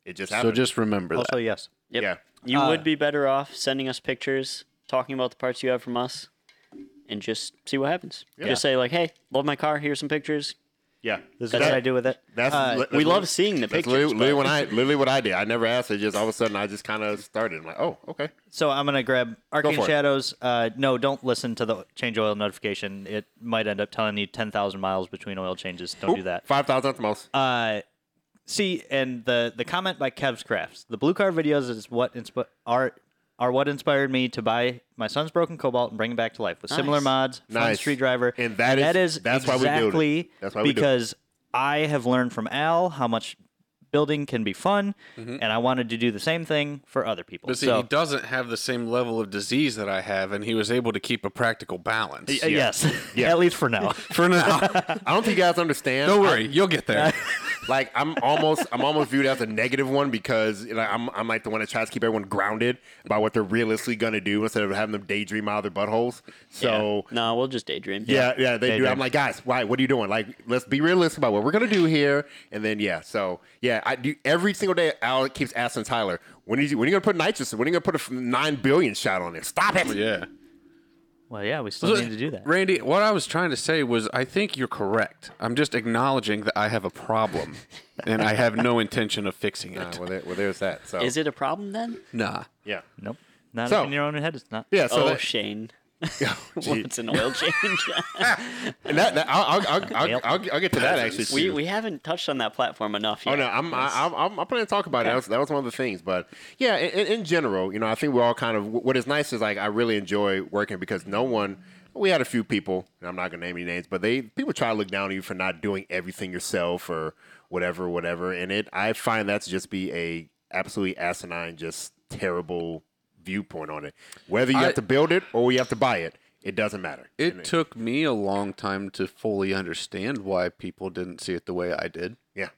It just
So
happened.
just remember
also,
that.
yes.
Yep.
Yeah.
You
Uh,
would be better off sending us pictures, talking about the parts you have from us, and just see what happens. Just say like, "Hey, love my car. Here's some picters."
yeah.
This is what I do with it.
That's
Uh,
li-
we
li-
love seeing the
that's
pictures.
Literally, literally
but-
when I literally what I did. I never asked. It just all of a sudden I just kind of started. I'm like, oh, okay.
So I'm gonna grab Arcane
for it.
Shadows. Uh, no, don't listen to the change oil notification. It might end up telling you 10,000 miles between oil changes. Don't do that.
Five thousand at the most.
Uh, see, and the the comment by Kev's Crafts. The blue car videos is what inspi- are are what inspired me to buy my son's broken cobalt and bring it back to life with similar
Nice.
mods, fun
Nice.
street driver,
And that is-
that is
that's why we do it.
exactly
That's why we do it.
because I have learned from Al how much building can be fun,
Mm-hmm.
and I wanted to do the same thing for other people.
But see,
so
he doesn't have the same level of disease that I have, and he was able to keep a practical balance.
Uh, yes, at least for now.
For now,
I don't think you guys understand.
don't worry, you'll get there.
Like I'm almost, I'm almost viewed as a negative one because you know, I'm, I'm like the one that tries to keep everyone grounded about what they're realistically gonna do instead of having them daydream out of their buttholes. So
no, we'll just daydream.
yeah, yeah, they do.
Daydream.
I'm like, guys, why? What are you doing? Like, let's be realistic about what we're gonna do here. And then yeah, so yeah, I do every single day. Al keeps asking Tyler, when are you, when are you gonna put nitrous? When are you gonna put a f- nine billion shot on it? Stop it.
yeah.
Well, yeah, we still need to do that.
Randy, what I was trying to say was I think you're correct. I'm just acknowledging that I have a problem, and I have no intention of fixing
Uh,
it.
well, there, well, there's that. So
Is it a problem then?
Nah.
yeah,
Nope. Not
So-
in your own head. It's not.
yeah. So
oh,
that-
Shane.
gee.
What's an oil change?
And that, that- I'll, I'll, I'll, I'll,
Yep.
I'll, I'll get to that actually.
we
too.
we haven't touched on that platform enough yet.
Oh no, I'm I,
Yes.
I'm I'm- I'm planning to talk about it. That was, that was one of the things, but yeah, in, in general, you know, I think we're all kind of. What is nice is like I really enjoy working because no one. We had a few people, and I'm not gonna name any names, but they people try to look down on you for not doing everything yourself or whatever, whatever in it. I find that to just be a absolutely asinine, just terrible viewpoint on it. Whether you
I-
have to build it or you have to buy it, it doesn't matter.
It took me a long time to fully understand why people didn't see it the way I did.
Yeah.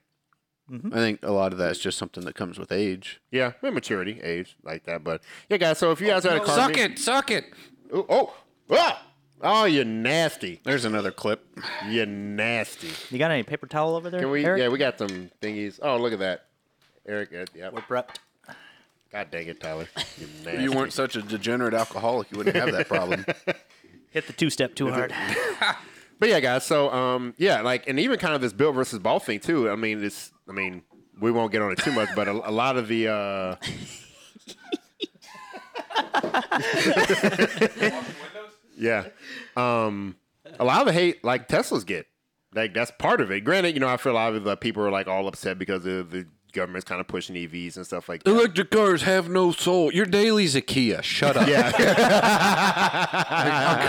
I think a lot of that is just something that comes with age.
Yeah, maturity, age, like that. But yeah, guys. So if you guys had a car,
it, suck it.
Oh, oh, ah! oh, you nasty,
There's another clip.
you nasty.
You got any paper towel over there?
Can we?
Eric?
Yeah, we got some thingies. Oh, look at that, Eric. uh, Yeah.
We're prepped.
God dang it, Tyler. You
If
nasty.
you weren't such a degenerate alcoholic, you wouldn't have that problem.
Hit the two step too hard.
But yeah, guys. So um, yeah, like, and even kind of this Bill versus ball thing too. I mean, it's. I mean, we won't get on it too much, but a, a lot of the. Uh,
Windows?
Yeah. Um, a lot of the hate like Teslas get. Like that's part of it. Granted, you know, I feel a lot of the people are like all upset because of the government's kind of pushing EVs and stuff like that.
Electric cars have no soul. Your daily's a Kia. Shut up.
Yeah.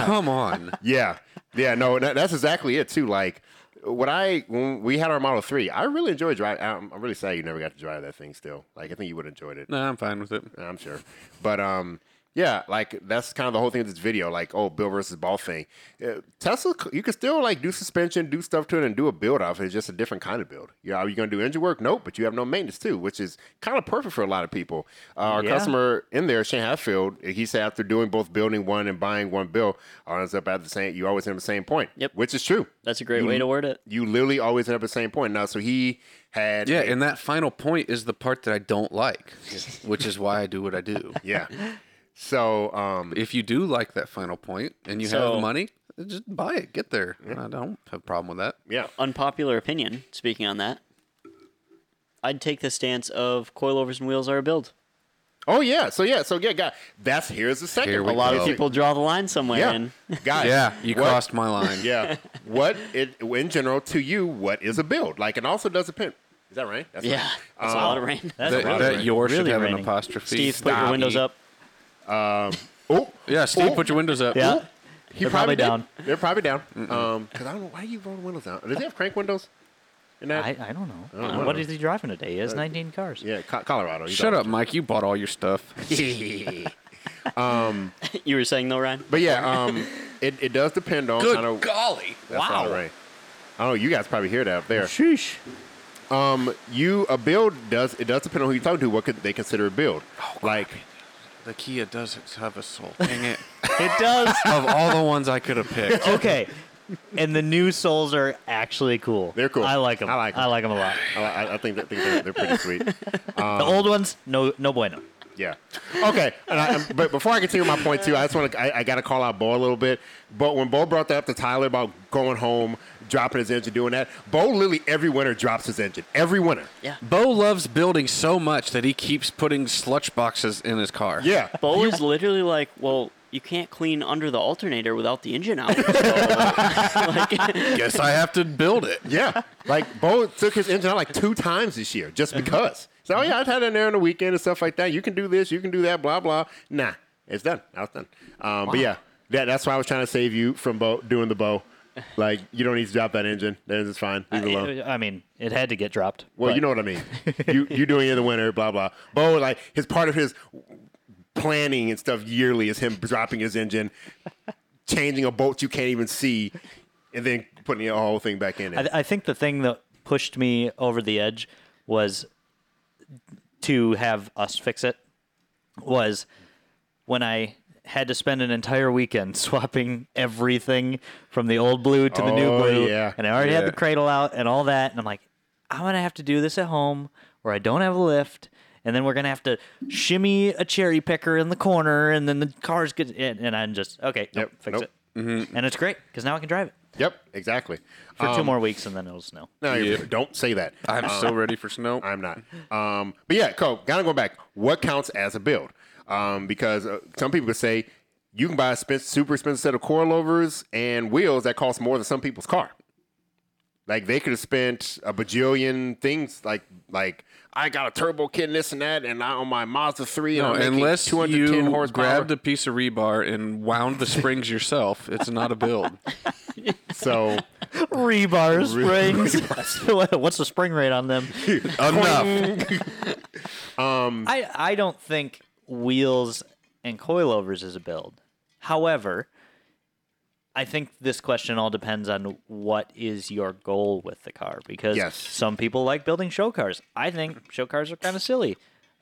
Oh, come on.
yeah. Yeah. No, that, that's exactly it too. Like when I when we had our Model Three, I really enjoyed driving. I'm, I'm really sad you never got to drive that thing still. Like I think you would have enjoyed it.
No, I'm fine with it.
I'm sure. But um, yeah, like that's kind of the whole thing of this video, like oh, Bill versus ball thing. Uh, Tesla, c- you can still like do suspension, do stuff to it, and do a build off. It's just a different kind of build. You know, are you going to do engine work? Nope, but you have no maintenance too, which is kind of perfect for a lot of people. Uh, our
Yeah.
customer in there, Shane Hatfield, he said after doing both building one and buying one bill, ends up at the same. You always end up at the same point.
Yep.
which is true.
That's a great
You-
way to word it.
You literally always end up at the same point. Now, so he had
Yeah,
a-
and that final point is the part that I don't like, which is why I do what I do.
yeah. So um,
If you do like that final point and you
So-
have money, just buy it. Get there. I don't have a problem with that.
yeah.
Unpopular opinion, speaking on that. I'd take the stance of coilovers and wheels are a build.
Oh yeah, so yeah, so yeah, guys. That's here's the second.
Here we
a lot
go.
of people,
People draw the line somewhere
yeah,
and
guys,
Yeah, you
what-
crossed my line.
yeah. What it in general to you? What is a build like? And also does depend. Is that right? Um, That's
yeah, that's a lot of rain.
That's
That,
really
that
raining.
your should
Really
have an
raining.
apostrophe.
Steve, put your windows up.
Right. Oh
Yeah, Steve,
Oh.
put your windows up.
Yeah.
he
They're probably
did.
down.
They're probably down. Um, because I don't know why you roll the windows down. Does he have crank windows? In that?
I, I don't know.
don't know. Uh,
What is he driving today? He has 19 cars.
yeah, Co- Colorado. he's
Shut
all-
up, Mike. You bought all your stuff.
You were saying though, Ryan?
But yeah, um, it, it does depend on kind of
golly!
That's wow. all right. I don't know. You guys probably hear that up there. Sheesh. Um, you a build does it does depend on who you're talking to. What could they consider a build? like,
The Kia doesn't have a soul. Dang it!
It does.
of all the ones I could have picked,
okay. And the new souls are actually cool.
They're cool.
I like them.
I like 'em.
I like them a lot.
I, Oh, I- I think that think they're, they're pretty sweet. Um,
the old ones, no, no bueno.
Yeah. Okay. And I, and- but before I continue my point too, I just want to I, I got to call out Bo a little bit. But when Bo brought that up to Tyler about going home, dropping his engine, doing that, Bo literally every winter drops his engine. Every winter.
Yeah.
Bo loves building so much that he keeps putting sludge boxes in his car.
Yeah.
Bo is literally like, well, you can't clean under the alternator without the engine out. So, like,
Guess I have to build it.
Yeah, like Bo took his engine out like two times this year just because. So oh yeah, I've had it in there on the weekend and stuff like that. You can do this, you can do that, blah blah. Nah, it's done. Now it's done. Um, But yeah, that, that's why I was trying to save you from Bo doing the Bo. Like you don't need to drop that engine. That engine's fine.
Uh,
Leave it alone.
I mean, it had to get dropped.
well,
but-
you know what I mean. you you doing it in the winter, blah blah. Bo like his part of his planning and stuff yearly is him dropping his engine, changing a bolt you can't even see, and then putting the whole thing back in. It.
I, I think the thing that pushed me over the edge was to have us fix it was when I had to spend an entire weekend swapping everything from the old blue to the new
Oh,
blue.
yeah.
And I already had
Yeah.
the cradle out and all that. And I'm like, I'm going to have to do this at home where I don't have a lift. And then we're going to have to shimmy a cherry picker in the corner. And then the car's good. And, and I'm just, okay,
Yep,
nope, fix
nope. Mm-hmm.
it. And it's great because now I can drive it
Yep, exactly.
for
Um,
two more weeks and then it'll snow.
No, you-
Yeah.
don't say that.
I'm so ready for snow.
I'm not. Um, but yeah, Cole, gotta go back. What counts as a build? Um, because uh, some people could say you can buy a spe- super expensive set of coilovers and wheels that cost more than some people's car. Like they could have spent a bajillion things. Like like I got a turbo kit and this and that, and I on my Mazda three.
No,
and I'm
unless
two hundred ten
you
horsepower.
grabbed a piece of rebar and wound the springs yourself, it's not a build.
So
Rebar springs. What's the spring rate on them?
Hmm.
Enough.
I, I don't think wheels and coilovers is a build. However, I think this question all depends on what is your goal with the car because
Yes.
some people like building show cars. I think show cars are kind of silly,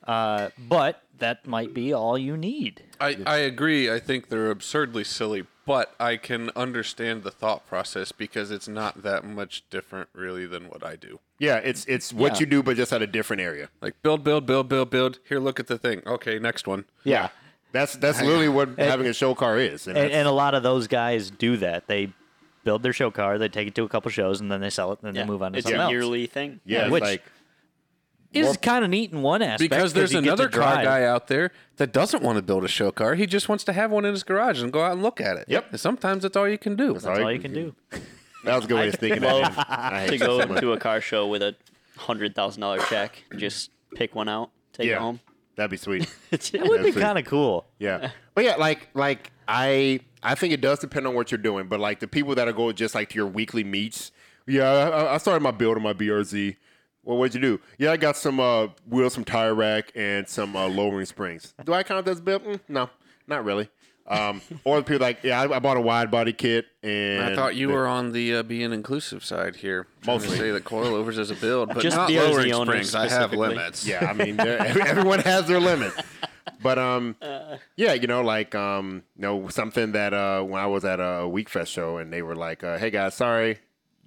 uh, but that might be all you need.
I, I agree. I think they're absurdly silly, but I can understand the thought process because it's not that much different, really, than what I do.
Yeah, it's it's what you do, but just at a different area.
Like build, build, build, build, build. Here, look at the thing. Okay, next one.
Yeah.
That's that's literally what having a show car is. And
And,
that's-
and a lot of those guys do that. They build their show car, they take it to a couple shows, and then they sell it, and then
Yeah.
they move on to
it's
something
a
else.
yearly thing.
yeah, it's
which-
like
It's kind of neat in one aspect
Because there's
you get to
another car
drive.
guy out there that doesn't want to build a show car. He just wants to have one in his garage and go out and look at it.
Yep.
And sometimes that's all you can do.
That's
Sorry.
all you can do.
that was a good way of sneaking that in. I hate
to
you so
go
much.
to a car show with a hundred thousand dollar check, and just pick one out, take
Yeah.
it home.
That'd be sweet.
It would be
That's it.
kind of cool.
Yeah. But yeah, like like I I think it does depend on what you're doing, but like the people that are going just like to your weekly meets. Yeah, I, I started my build on my BRZ. Well, what'd you do? Yeah, I got some uh, wheels, some tire rack, and some uh, lowering springs. Do I count that as a build? Mm, no, not really. Um, or the people like, yeah, I, I bought a wide body kit, and
I thought you were on the uh, being inclusive side here. Trying to
Mostly.
say that coilovers is a build, but
Just
not
beer as the
lowering
owner
springs. I have
specifically.
limits.
Yeah, I mean, they're- every- everyone has their limit. But um, yeah, you know, like um, you know, something that uh, when I was at a Weekfest show and they were like, uh, "Hey guys, sorry,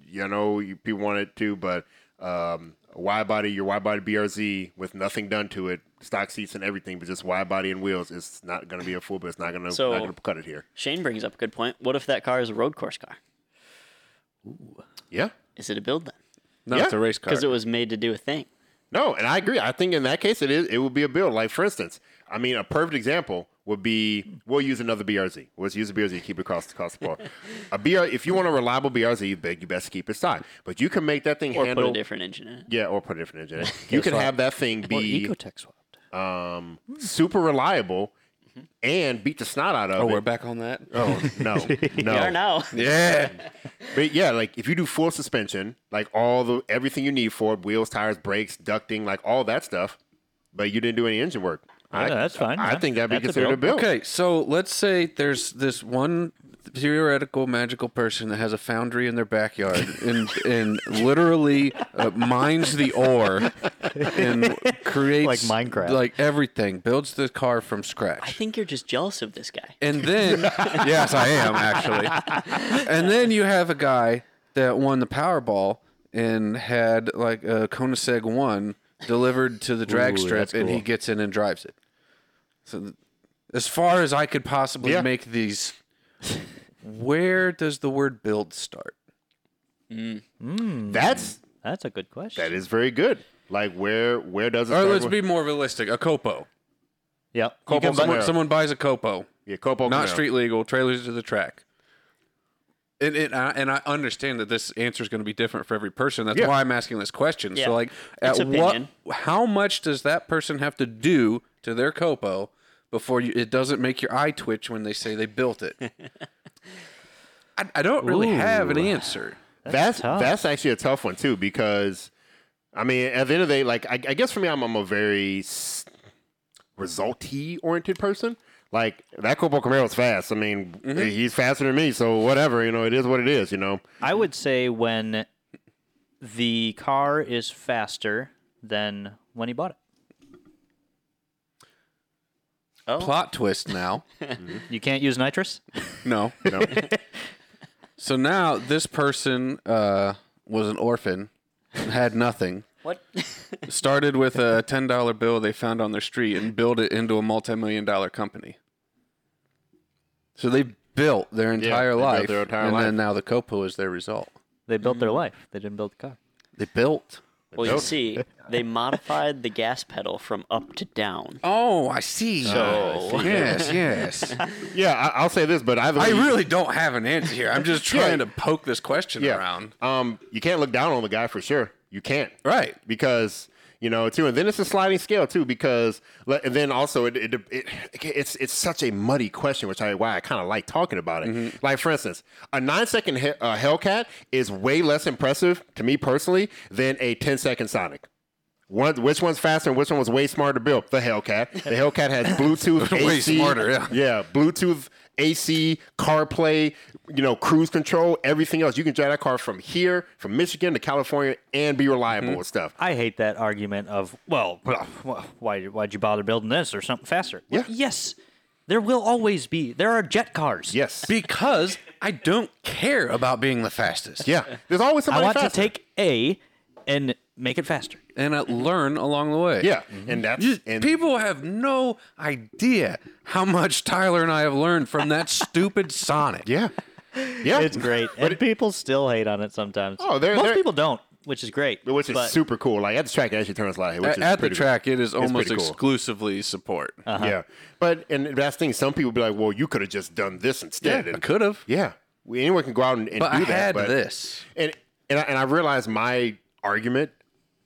you know, you people wanted to, but um, wide body, your wide body BRZ with nothing done to it, stock seats and everything, but just wide body and wheels, it's not going to be a full, but it's not going to
So-
not going to cut it here."
Shane brings up a good point. What if that car is a road course car?
Yeah.
Is it a build then?
Not
Yeah.
the race car.
Because it was made to do a thing.
No, and I agree. I think in that case, it is. It would be a build. Like for instance, I mean, a perfect example would be we'll use another BRZ. Let's use a BRZ to keep it cost cost the ball. a BR, if you want a reliable BRZ, you bet you best keep it stock. But you can make that thing
Or
handle.
put a different engine in it.
yeah, or put a different engine. in it. You can have that thing
Or
be
Ecotech swapped.
um, super reliable and beat the snot out of
oh,
it.
we're back on that.
Oh no, no,
We are now.
yeah. but yeah, like if you do full suspension, like all the everything you need for it, wheels, tires, brakes, ducting, like all that stuff, but you didn't do any engine work. I,
Yeah, that's fine,
I
yeah.
think that'd be
That's a
considered a build.
Okay, so let's say there's this one theoretical magical person that has a foundry in their backyard and and literally uh, mines the ore and creates
Like Minecraft.
like everything, builds the car from
I
scratch.
think you're just jealous of this guy.
And then, yes, I am actually. And then you have a guy that won the Powerball and had like a Koenigsegg one delivered to the drag
Ooh,
strip,
that's
and he
cool.
gets in and drives it. So, th- as far as I could possibly
Yeah.
make these, where does the word "build" start?
That's
That's a good question.
that is very good. Like where where does it
Or
start
let's
with-
be more realistic: a copo.
Yep.
Copo
You can
somewhere.
buy-
Someone, someone buys a copo,
yeah, Copo
not
Camaro.
street legal, trailers to the track. And, and, I, and I understand that this answer is going to be different for every person. That's
Yeah.
why I'm asking this question.
Yeah.
So, like,
It's
at what,
opinion.
how much does that person have to do to their copo before you, it doesn't make your eye twitch when they say they built it? I, I don't really have an answer.
That's
tough.
that's, actually a tough one too because I mean at the end of the day, like I, I guess for me, I'm, I'm a very s- resulty oriented person. Like that Copo Camaro's fast. I mean,
Mm-hmm.
he's faster than me, so whatever. You know, it is what it is. You know,
I would say when the car is faster than when he bought it.
Oh,
Plot twist now.
You can't use nitrous.
No.
No.
so now this person uh, was an orphan, had nothing.
what?
started with a ten dollar bill they found on their street and built it into a multi million dollar company. So they built their entire
they built
life,
their entire
and
life.
then now the Copo is their result.
They built their life. They didn't build the car.
They built.
well, you see, they modified the gas pedal from up to down.
Oh, I see.
Oh,
So- I see.
Uh, yes, yes.
yeah, I, I'll say this, but either
I
way,
really don't have an answer here. I'm just trying to poke this question
yeah,
around.
Um, you can't look down on the guy for sure. You can't,
Right.
Because you know, too. And then it's a sliding scale too, because le- and then also it, it, it it's it's such a muddy question, which I why I kind of like talking about it.
Mm-hmm.
Like for instance, a nine second he- uh, Hellcat is way less impressive to me personally than a 10 second Sonic. One, which one's faster and which one was way smarter to build? The Hellcat. The Hellcat has Bluetooth,
Way
AC,
smarter, yeah.
Bluetooth, AC, CarPlay, you know, cruise control, everything else. You can drive that car from here, from Michigan to California, and be reliable
Mm-hmm.
with stuff.
I hate that argument of well, wh- why why'd you bother building this or something faster? Well,
Yeah.
Yes, there will always be. There are jet cars.
Yes.
Because I don't care about being the fastest.
Yeah. There's always
I
somebody
want
faster.
to take A and make it faster.
And I learn along the way.
Yeah. And that's
You-
and
people have no idea how much Tyler and I have learned from that stupid Sonic.
Yeah. Yeah.
It's great, and people still hate on it sometimes.
Oh, they're-
most
they're-
people don't, which is great.
Which is
but
super cool. Like at the track, it actually turns light. Which
At,
is
at the
pretty-
track, it is almost
pretty cool.
exclusively support.
Uh-huh.
Yeah. But and that's the thing. Some people be like, "Well, you could have just done this instead."
I
and-
could have,
Yeah, we, anyone can go out and, and
but
do
I
that.
had
but,
this.
and and I, and I realize my argument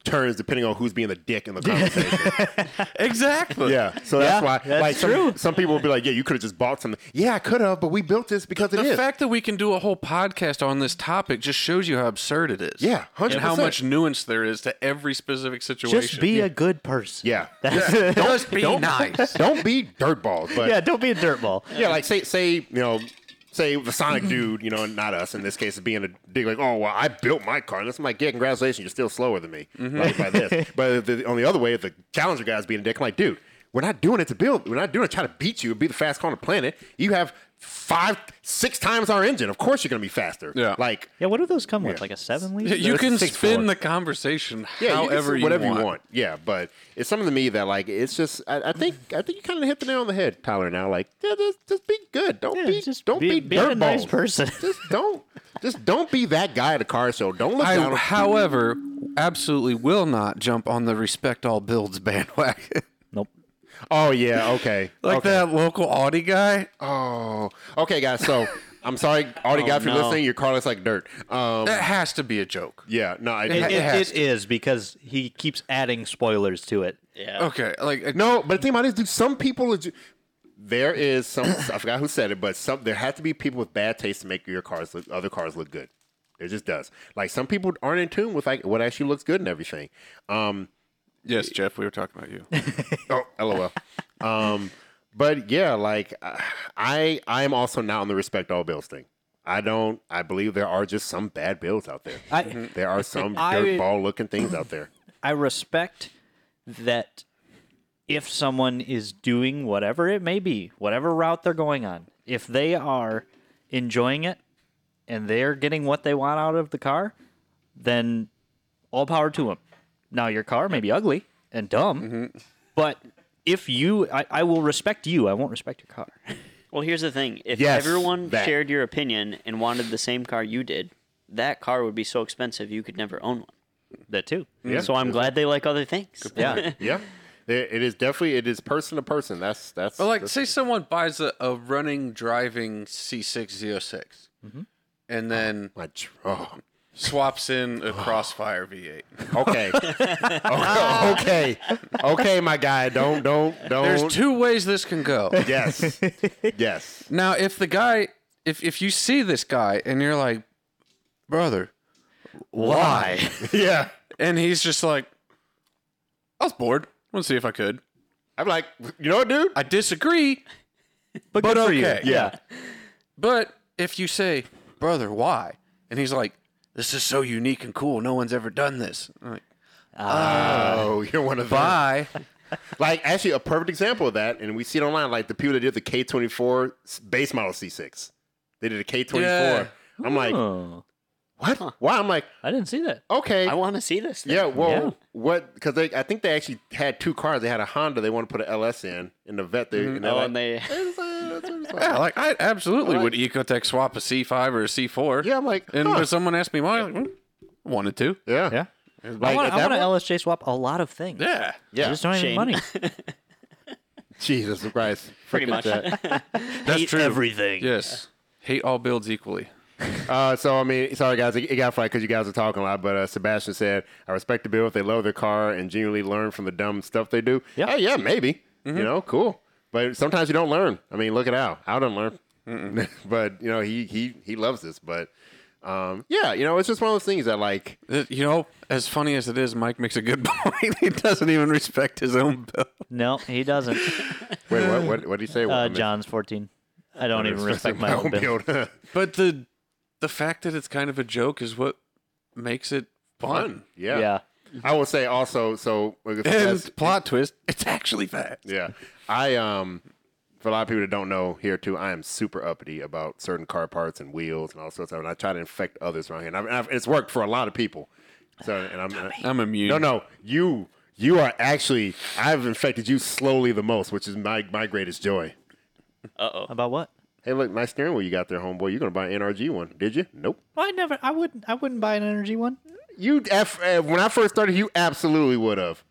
turns depending on who's being the dick in the conversation.
Exactly.
yeah, so that's
Yeah,
why.
that's
like some-
true.
Some, people will be like, "Yeah, you could have just bought something." Yeah, I could have, but we built this because it
The
is.
fact that we can do a whole podcast on this topic just shows you how absurd it is.
Yeah,
and how
100%.
much nuance there is to every specific situation.
just be a good person.
yeah,
just be nice.
don't be dirtballs. But
yeah. Don't be a dirtball.
yeah, like say say you know. Say the Sonic dude, you know, and not us in this case, being a dick, like, oh, well, I built my car. And that's like, yeah, congratulations, you're still slower than me like, by this. But the, on the other way, if the Challenger guy's being a dick, I'm like, dude, we're not doing it to build. We're not doing it to try to beat you, be the fastest car on the planet. You have five, six times our engine. Of course you're going to be faster.
Yeah.
Like,
Yeah, what do those come with? Like a seven liter?
You can
six
spin
dollars.
the conversation
yeah, you can
however
say
you,
whatever
want.
you want. Yeah, but it's something to me that like it's just I, I think I think you kind of hit the nail on the head, Tyler. Now like yeah, just, just be good. Don't
Yeah,
be
just
don't be,
be- be a
dirtballs.
nice person.
just don't just don't be that guy at a car show. Don't look down.
I,
on-
however, absolutely will not jump on the respect all builds bandwagon.
Nope.
oh yeah, okay,
like
okay.
that local Audi guy.
Oh, okay, guys. So I'm sorry, Audi guy, if you're
no.
listening, your car looks like dirt. Um,
That has to be a joke.
yeah, no, I,
It,
It
it-
has
it is because he keeps adding spoilers to it.
Yeah.
Okay, like uh,
No, but the thing about it is, dude, some people are. Ju- there is some. I forgot who said it, but some there have to be people with bad taste to make your cars look other cars look good. It just does. Like some people aren't in tune with like what actually looks good and everything. Um.
Yes, Jeff, we were talking about you.
Oh, lol. um. But yeah, like uh, I I am also not on the respect all bills thing. I don't. I believe there are just some bad bills out there.
I
Mhm.
there are some
I-
dirtball looking things out there.
Mm-hmm.
I respect that if someone is doing whatever it may be, whatever route they're going on, if they are enjoying it and they're getting what they want out of the car, then all power to them. Now, your car may be ugly and dumb,
Mm-hmm.
but if you, I, I will respect you. I won't respect your car.
Well, here's the thing: if
Yes,
everyone
that.
shared your opinion and wanted the same car you did, that car would be so expensive you could never own one.
That too.
So I'm glad they like other things.
Yeah.
Yeah. It it is definitely it is person to person. That's that's
But like,
that's-
say someone buys a, a running, driving C6 Z06, Mm-hmm. and then
my tr- oh.
swaps in a Crossfire V8.
Okay. okay. Okay. Okay, my guy. Don't don't don't.
There's two ways this can go.
Yes. Yes.
Now, if the guy, if if you see this guy and you're like, brother, why?
Yeah.
and he's just like, I was bored. Want to see if I could.
I'm like, you know what, dude?
I disagree, but
But, good for
okay.
you.
Yeah.
But if you say, brother, why? And he's like, this is so unique and cool. No one's ever done this. I'm like, Uh,
oh, you're one of them.
bye.
Like, actually, a perfect example of that, and we see it online. Like the people that did the K24 s- base model C6, they did a K24.
Yeah.
I'm like,
Oh,
what? Why? I'm like,
I didn't see that.
okay.
I want to see this. Thing. Oh,
yeah, well,
Yeah.
what? Because they, I think they actually had two cars. They had a Honda. They want to put an LS in, and the vet. They, and they're
Oh,
like,
and they
"It's, uh, it's- it's fine."
Yeah, like I absolutely would Ecotech swap a C5 or a C4.
Yeah, I'm like,
And
huh.
when someone asked me why, I wanted to.
yeah,
Yeah.
Like, at
I
that
want to
point-
LSJ swap a lot of things.
Yeah.
I
yeah.
just don't have any
Shane.
money.
Jesus Christ.
pretty
Freaking
much.
Jack.
That's true.
Everything.
Yes. Hate all builds equally.
Uh, so I mean, sorry guys, it, it got flagged because you guys are talking a lot. But uh, Sebastian said, "I respect the Bills. They love their car and genuinely learn from the dumb stuff they do."
Yeah. Mm-hmm.
Hey, yeah, maybe. You know, cool. But sometimes you don't learn. I mean, look at Al. Al didn't learn. but you know, he he he loves this. But um, yeah, you know, it's just one of those things that like
Th- You know, as funny as it is, Mike makes a good point. he doesn't even respect his own bill.
No, he doesn't.
Wait, what? What? What do you say?
Uh,
Woman?
John's 14. I don't even respect my own bill.
build.
But the the fact that it's kind of a joke is what makes it fun.
Fun. Yeah.
Yeah.
I will say also. So
And
that's-
plot twist, it's actually fat.
yeah, I um. For a lot of people that don't know here too, I am super uppity about certain car parts and wheels and all sorts of. And I try to infect others around here, and I've, and I've, it's worked for a lot of people. So and I'm uh,
I'm immune.
no no you you are actually I've infected you slowly the most, which is my my greatest joy.
Uh oh.
About what?
Hey, look, nice steering wheel you got there, homeboy. You're gonna buy an NRG one, did you? Nope.
I never. I wouldn't. I wouldn't buy an energy one.
You f uh, when I first started, you absolutely would have.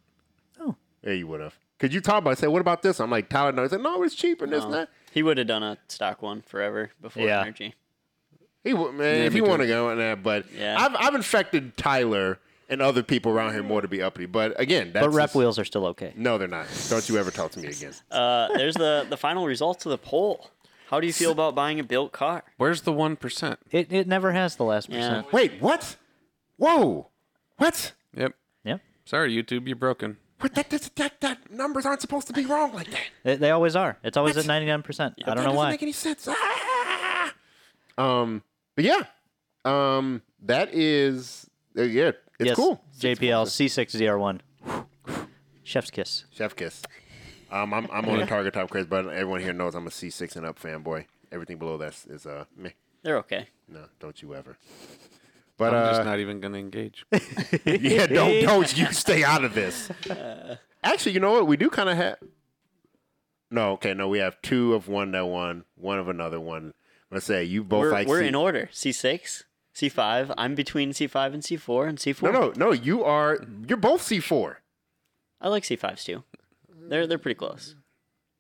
Oh.
yeah, you would have. Cause you talked about, it, said, "What about this?" I'm like, Tyler, no. He said, "No, it's cheaper and this and that."
He would have done a stock one forever before
Yeah.
energy.
He would, man, if
Maybe
you
do
want to go in that, but
Yeah.
I've I've infected Tyler and other people around here more to be uppity. But again, that's
But rep
just-
wheels are still okay.
No, they're not. Don't you ever talk to me again.
Uh, there's the the final results of the poll. How do you feel about buying a built car?
Where's the one percent?
It, it never has the last
Yeah.
percent.
Wait, what? Whoa, what?
Yep.
Yeah.
Sorry, YouTube, you're broken.
What? That that that, that numbers aren't supposed to be wrong like that.
They, they always are. It's always at 99%. I
That
don't know
doesn't
why.
Make any sense? Ah! Um, but yeah, um, that is uh, yeah, it's
yes.
cool.
JPL C6ZR1. Chef's kiss.
Chef kiss. Um, I'm I'm on a Target top craze, but everyone here knows I'm a C6 and up fanboy. Everything below that is uh meh.
They're okay.
No, don't you ever. But
I'm
uh,
just not even gonna engage.
yeah, don't don't you stay out of this. Actually, you know what? We do kind of have. No, okay, no, we have two of one that one, one of another one. I'm gonna say you both
We're,
like
we're
C-
in order. C six, C five. I'm between C five and C four and C
No,
four.
no, no. You are you're both C4.
I like C fives too. They're they're pretty close.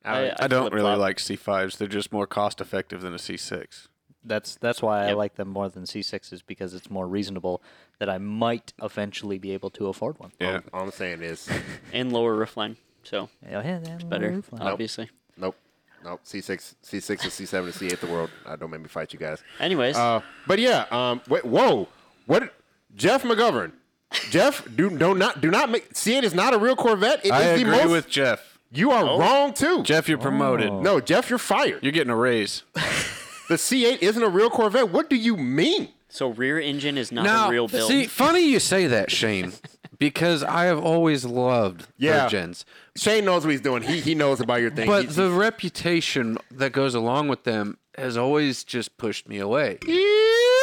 I,
I don't really
flip-flop.
like C5s. They're just more cost effective than a C6.
That's that's why I
Yep.
like them more than C6s because it's more reasonable that I might eventually be able to afford one.
Yeah.
all, all I'm saying is,
and lower roofline. So
Yeah, yeah, yeah,
better,
roof line.
obviously.
nope, nope. C6, C6 and C7 and C8 the world. I don't make me fight you guys.
Anyways,
Uh, but yeah, um, wait, whoa, what? Jeff McGovern, Jeff, do do not do not make C8 is not a real Corvette. It is
I
the
agree
most,
with Oh. Jeff.
you are wrong too.
Jeff, you're promoted.
no, Jeff, you're fired.
You're getting a raise.
the C8 isn't a real Corvette. What do you mean?
so rear engine is not
Now,
a real build.
see, funny you say that, Shane, because I have always loved
Yeah.
third gens.
Shane knows what he's doing. He he knows about your thing.
But
He's-
the reputation that goes along with them has always just pushed me away.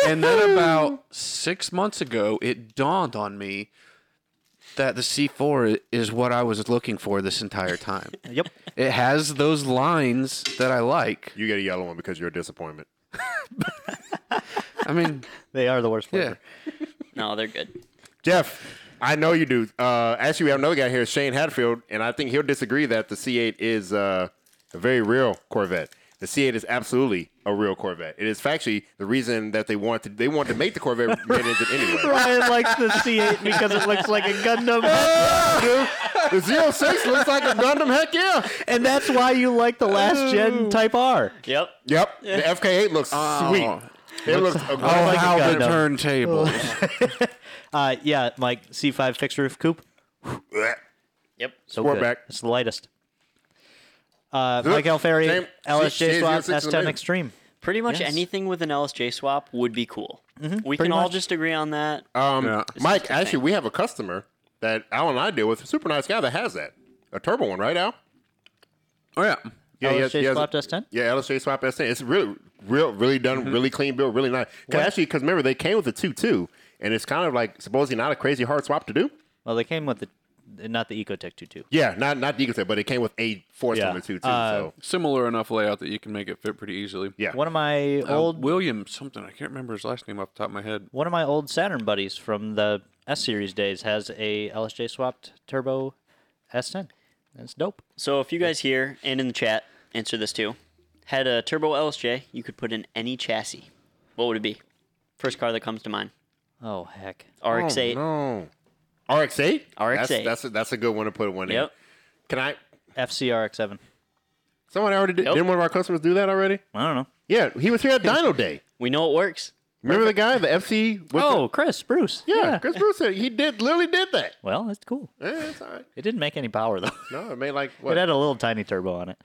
And then about six months ago, it dawned on me that the C4 is what I was looking for this entire time.
Yep.
it has those lines that I like.
you get a yellow one because you're a disappointment.
I mean,
They are the worst
yeah.
flavor.
no, they're good.
Jeff, I know you do. Uh, actually, we have another guy here, Shane Hatfield, and I think he'll disagree that the C8 is uh, a very real Corvette. The C8 is absolutely a real Corvette. It is factually the reason that they want to they want to make the Corvette main engine anyway.
Ryan likes the C8 because it looks like a Gundam,
the 06 looks like a Gundam. Heck yeah!
and that's why you like the last gen Type R.
Yep.
Yep, the FK8 looks
Oh.
sweet. It looks a
Oh,
like a
how the
Gundam.
turntables.
Uh, yeah, Mike C5 fixed roof coupe.
Yep.
So
We're
good.
back.
It's the lightest. Uh, Mike Alferi,
same-
LSJ
same-
swap,
same- same-
S10 Extreme.
Pretty much
Yes. Mm-hmm,
anything with an LSJ swap would be cool. We
pretty
can all
much.
just agree on that.
Um,
Yeah.
Mike, actually, we have a customer that Al and I deal with, a super nice guy that has that a turbo one, right, Al?
oh, yeah.
Yeah, he has- he
LSJ
has-
swap S10.
Yeah, LSJ swap S10. It's really, real, really done, really clean build, really nice. Cause actually, because remember they came with the two two, and it's kind of like supposedly not a crazy hard swap to do.
Well, they came with the not the Ecotech 22.
Yeah, not not the Eagleton, but it came with a force
Yeah.
number two too.
Uh,
so
Similar enough layout that you can make it fit pretty easily.
yeah, Um,
One of my
Old
old
William something. I can't remember his last name off the top of my head.
one of my old Saturn buddies from the S series days has a LSJ swapped turbo S10. That's dope.
So if you guys here and in the chat answer this too, had a turbo LSJ, you could put in any chassis. What would it be? First car that comes to mind.
Oh heck.
RX-8.
Oh, no. RX8?
RX-8.
That's, that's, a, that's a good one to put one
Yep.
in. Can I?
FCRX7.
Someone already did.
Nope.
Didn't one of our customers do that already?
I don't know.
Yeah, he was here at Dino Day.
We know it works.
Remember the guy, the FC? with the-
Oh, Chris, Bruce.
yeah, Chris Bruce said he did literally did that.
Well, that's cool.
Eh, it's all right.
It didn't make any power though.
No, it made like
it
what?
had a little tiny turbo on it.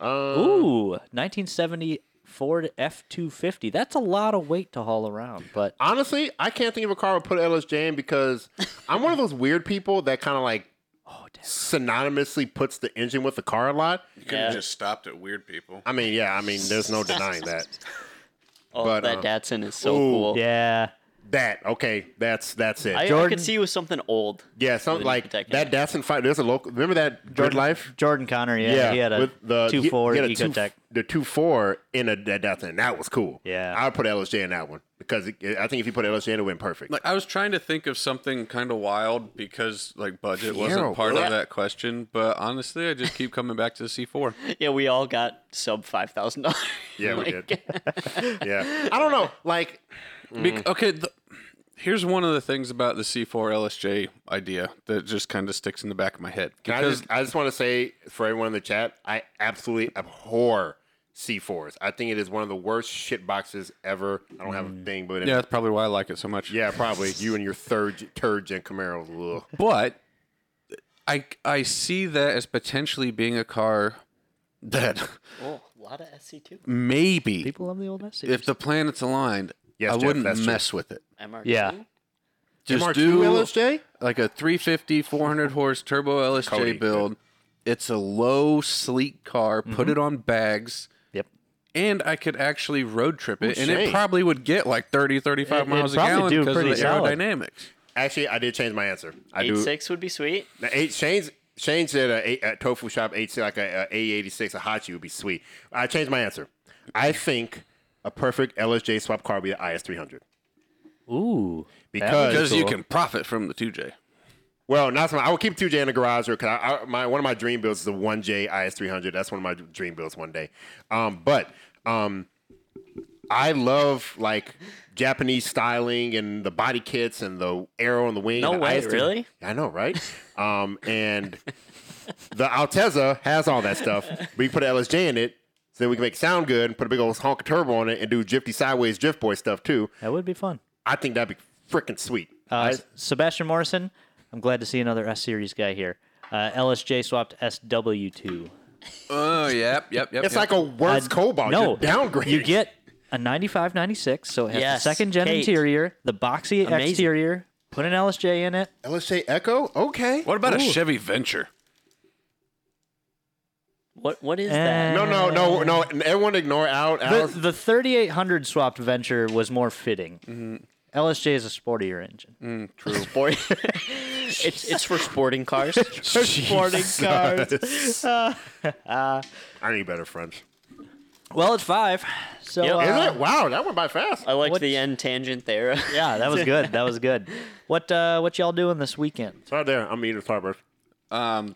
Uh,
Ooh, 1970 Ford F250. That's a lot of weight to haul around, but
honestly, I can't think of a car would put LSJ in because I'm one of those weird people that kind of like
oh damn.
synonymously puts the engine with the car a lot.
You could have
Yeah.
just stopped at weird people.
I mean, yeah, I mean, there's no denying that.
Oh,
But,
that
uh,
Datsun is so
ooh,
cool.
Yeah.
That okay? That's that's it.
I, I
Jordan-
could see it was something old.
yeah, something like
Protecting
that.
it.
Datsun five. There's a local. Remember that Good Life?
Jordan Connor, yeah, he had a
with the
two
he-
four
he had a two-
EcoTech.
The two four in a that Datsun. That was cool.
Yeah.
I would put LSJ in that one because it, I think if you put LSJ in, it went perfect.
Like I was trying to think of something kind of wild because like budget
Fiero,
wasn't part
what?
of that question, but honestly, I just keep coming back to the C4.
Yeah, we all got sub five thousand dollars.
yeah, we did. yeah, I don't know. Like Mm.
Bec- okay, the, here's one of the things about the C4 LSJ idea that just kind of sticks in the back of my head.
Can I
Because
just I just want to say for everyone in the chat, I absolutely abhor C4s. I think it is one of the worst shit boxes ever. I don't have a thing, but
Mm. yeah,
yeah,
that's probably why I like it so much.
yeah, probably you and your third third gen Camaros. Ugh.
but I I see that as potentially being a car that
Oh, a lot of SC two.
Mm,
maybe
People love the old SC.
if the planets aligned,
Yes,
I
Jeff,
wouldn't
that's true.
mess with it.
MR2.
Yeah.
Just
MR2
do
LSJ?
like a 350 400 horse turbo LSJ
Cody.
build. It's a low sleek car. Put
Mm-hmm.
it on bags.
Yep.
and I could actually road trip it,
Ooh,
and
shade.
it probably would get like 30, 35
It-
miles a
it'd probably
gallon
do
because of
pretty
the
solid.
aerodynamics.
Actually, I did change my answer. I
Eight
do.
six would be sweet.
Now, eight Shane's Shane said a, eight- a tofu shop eight like a, a A86 a Hachi would be sweet. I changed my answer. I think a perfect LSJ swap car would be the IS300
Ooh.
because
Because you
cool.
can profit from the 2J.
Well, not so much. I would keep two J in the garage, or cause I, I, my one of my dream builds is the one J IS three hundred. That's one of my dream builds one day. Um, but um, I love like Japanese styling and the body kits and the arrow on the wing.
No
and the
way,
IS-300.
really?
I know, right? um, and the Altezza has all that stuff, but you put LSJ in it, so then we can make it sound good and put a big old honk of turbo on it and do drifty sideways drift boy stuff too.
That would be fun.
I think that'd be freaking sweet.
Uh,
I-
S- Sebastian Morrison, I'm glad to see another S series guy here. Uh, LSJ swapped SW2.
Oh, yep, yep, yep.
it's like a worse
Uh,
cobalt.
No,
You're downgrading.
You get a 95, 96, so it has
Yes,
the second gen
Kate.
interior, the boxy
Amazing.
exterior. Put an LSJ in it.
LSJ Echo? Okay.
What about a Chevy Venture?
What what is
Eh.
that?
No, no, no, no. Everyone ignore out.
The,
Al's.
the 3800 swapped venture was more fitting.
Mm-hmm.
LSJ is a sportier engine.
Sport. it's it's for sporting cars.
Sporting cars.
I need better friends.
Well, it's five. So
Yep.
uh,
Is it? Wow, that went by fast.
I liked
What-
the end tangent there.
yeah, that was good. That was good. What uh, what y'all doing this weekend?
It's right there. I'm eating Starburst.
Um,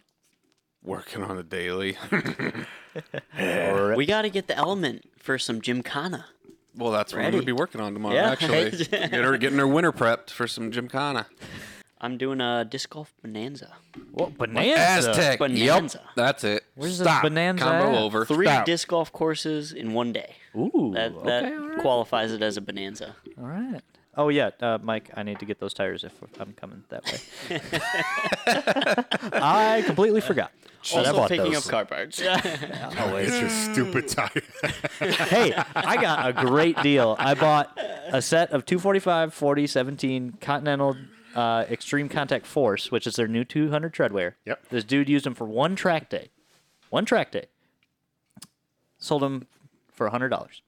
working on a daily.
we got to get the element for some Gymkhana.
well, that's what I'm
Ready.
going to be working on tomorrow,
Yeah.
actually. Get her, getting her winter prepped for some Gymkhana.
I'm doing a disc golf bonanza.
What bonanza?
Aztec.
Bonanza.
Yep, that's it.
Where's
Stop.
the bonanza?
Combo
at?
over.
Three
Stop.
disc golf courses in one day.
Ooh.
That that
okay, all right.
qualifies it as a bonanza.
all right. Oh yeah, uh, Mike. I need to get those tires if I'm coming that way. I completely forgot. that I
also
bought
picking
those.
up car parts.
Oh, it's your stupid tire.
hey, I got a great deal. I bought a set of 245 40 17 Continental uh, Extreme Contact Force, which is their new 200 treadwear.
Yep.
This dude used them for one track day. One track day. Sold them for $100.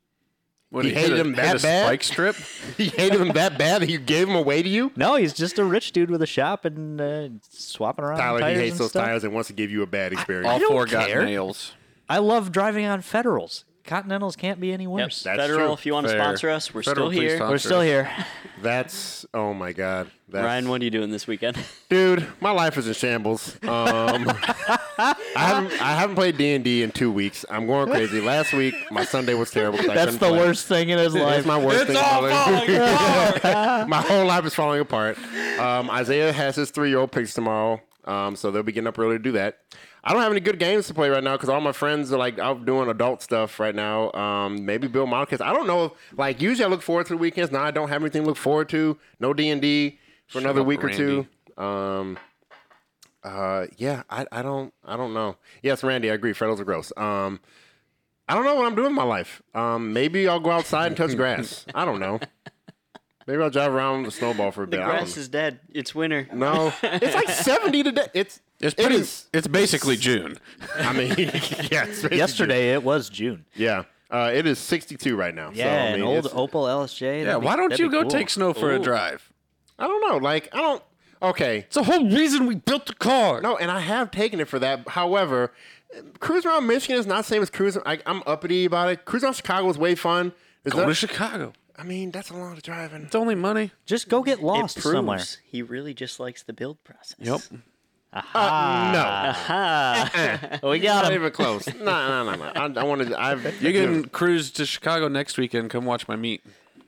What,
You hated
hit a-
him
hit
that
a
bad?
spike strip?
you hated him that bad that you gave him away to you?
No, he's just a rich dude with a shop and uh, swapping around
Tyler,
tires
he hates
and
those
stuff.
tires and wants to give you a bad experience.
All
don't
four got
care.
nails.
I love driving on Federals. Continentals can't be any worse.
That's
Federal,
true.
if you want to
Fair.
sponsor us, we're
Federal,
still
please
here.
sponsor
We're still
us.
here.
That's, oh my God. That's,
Ryan, what are you doing this weekend?
Dude, my life is in shambles. Um, I haven't I haven't played D and D in two weeks. I'm going crazy. Last week my Sunday was terrible. 'cause I
That's
couldn't
the
play.
worst thing in his life.
That's my worst thing.
all
in my life.
falling
my whole life is falling apart. Um, Isaiah has his three year old picks tomorrow, um, so they'll be getting up early to do that. I don't have any good games to play right now because all my friends are like out doing adult stuff right now. Um, maybe Bill Montes. I don't know. Like usually I look forward to the weekends. Now I don't have anything to look forward to. No D and D for another
up,
week or
Randy.
two. Um, uh, yeah, I, I don't I don't know. Yes, Randy, I agree. Freckles are gross. Um, I don't know what I'm doing with my life. Um, maybe I'll go outside and touch grass. I don't know. Maybe I'll drive around with a snowball for a
The
bit. I don't
grass is dead. It's winter.
know. no, it's like 70 today. It's
It's
it
pretty.
is.
It's basically June.
I mean, yeah. it's basically-
Yesterday it was June.
yeah, uh, it is 62 right now.
Yeah,
so, I
an
mean,
old
it's-
Opal LSJ.
Yeah.
that'd be-
Why don't
that'd
you
be
go
cool.
take snow for a
Ooh.
drive?
I don't know. Like I don't. Okay.
It's the whole reason we built the car.
No, and I have taken it for that. However, cruise around Michigan is not the same as cruising. I, I'm uppity about it. Cruise around Chicago is way fun. It's
Go
not-
to Chicago.
I mean, that's a lot of driving.
It's only money.
Just go get
It
lost
proves
somewhere.
he really just likes the build process.
Ah.
Uh,
We
no,
got
not
him.
even close. No, no, no, no. I, I want to. I've
You're getting cruise to Chicago next weekend. Come watch my meet.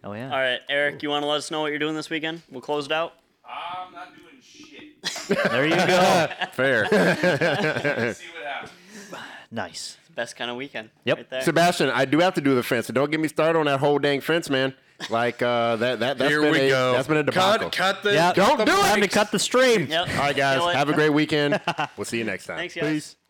Oh yeah.
All right, Eric, you want to let us know what you're doing this weekend? We'll close it out.
I'm not doing shit.
There you go.
Fair.
See what happens.
nice.
Best kind of weekend.
Yep.
Right there.
Sebastian, I do have to do the fence. So don't get me started on that whole dang fence, man. Like uh, that that that's
Here
been
we
a,
go.
That's been a debacle.
cut the.
Yeah.
Don't do
Time to
it.
cut the stream.
Yep.
All right,
Kill
guys.
it.
Have a great weekend. We'll see you next time.
Thanks, guys.
Peace.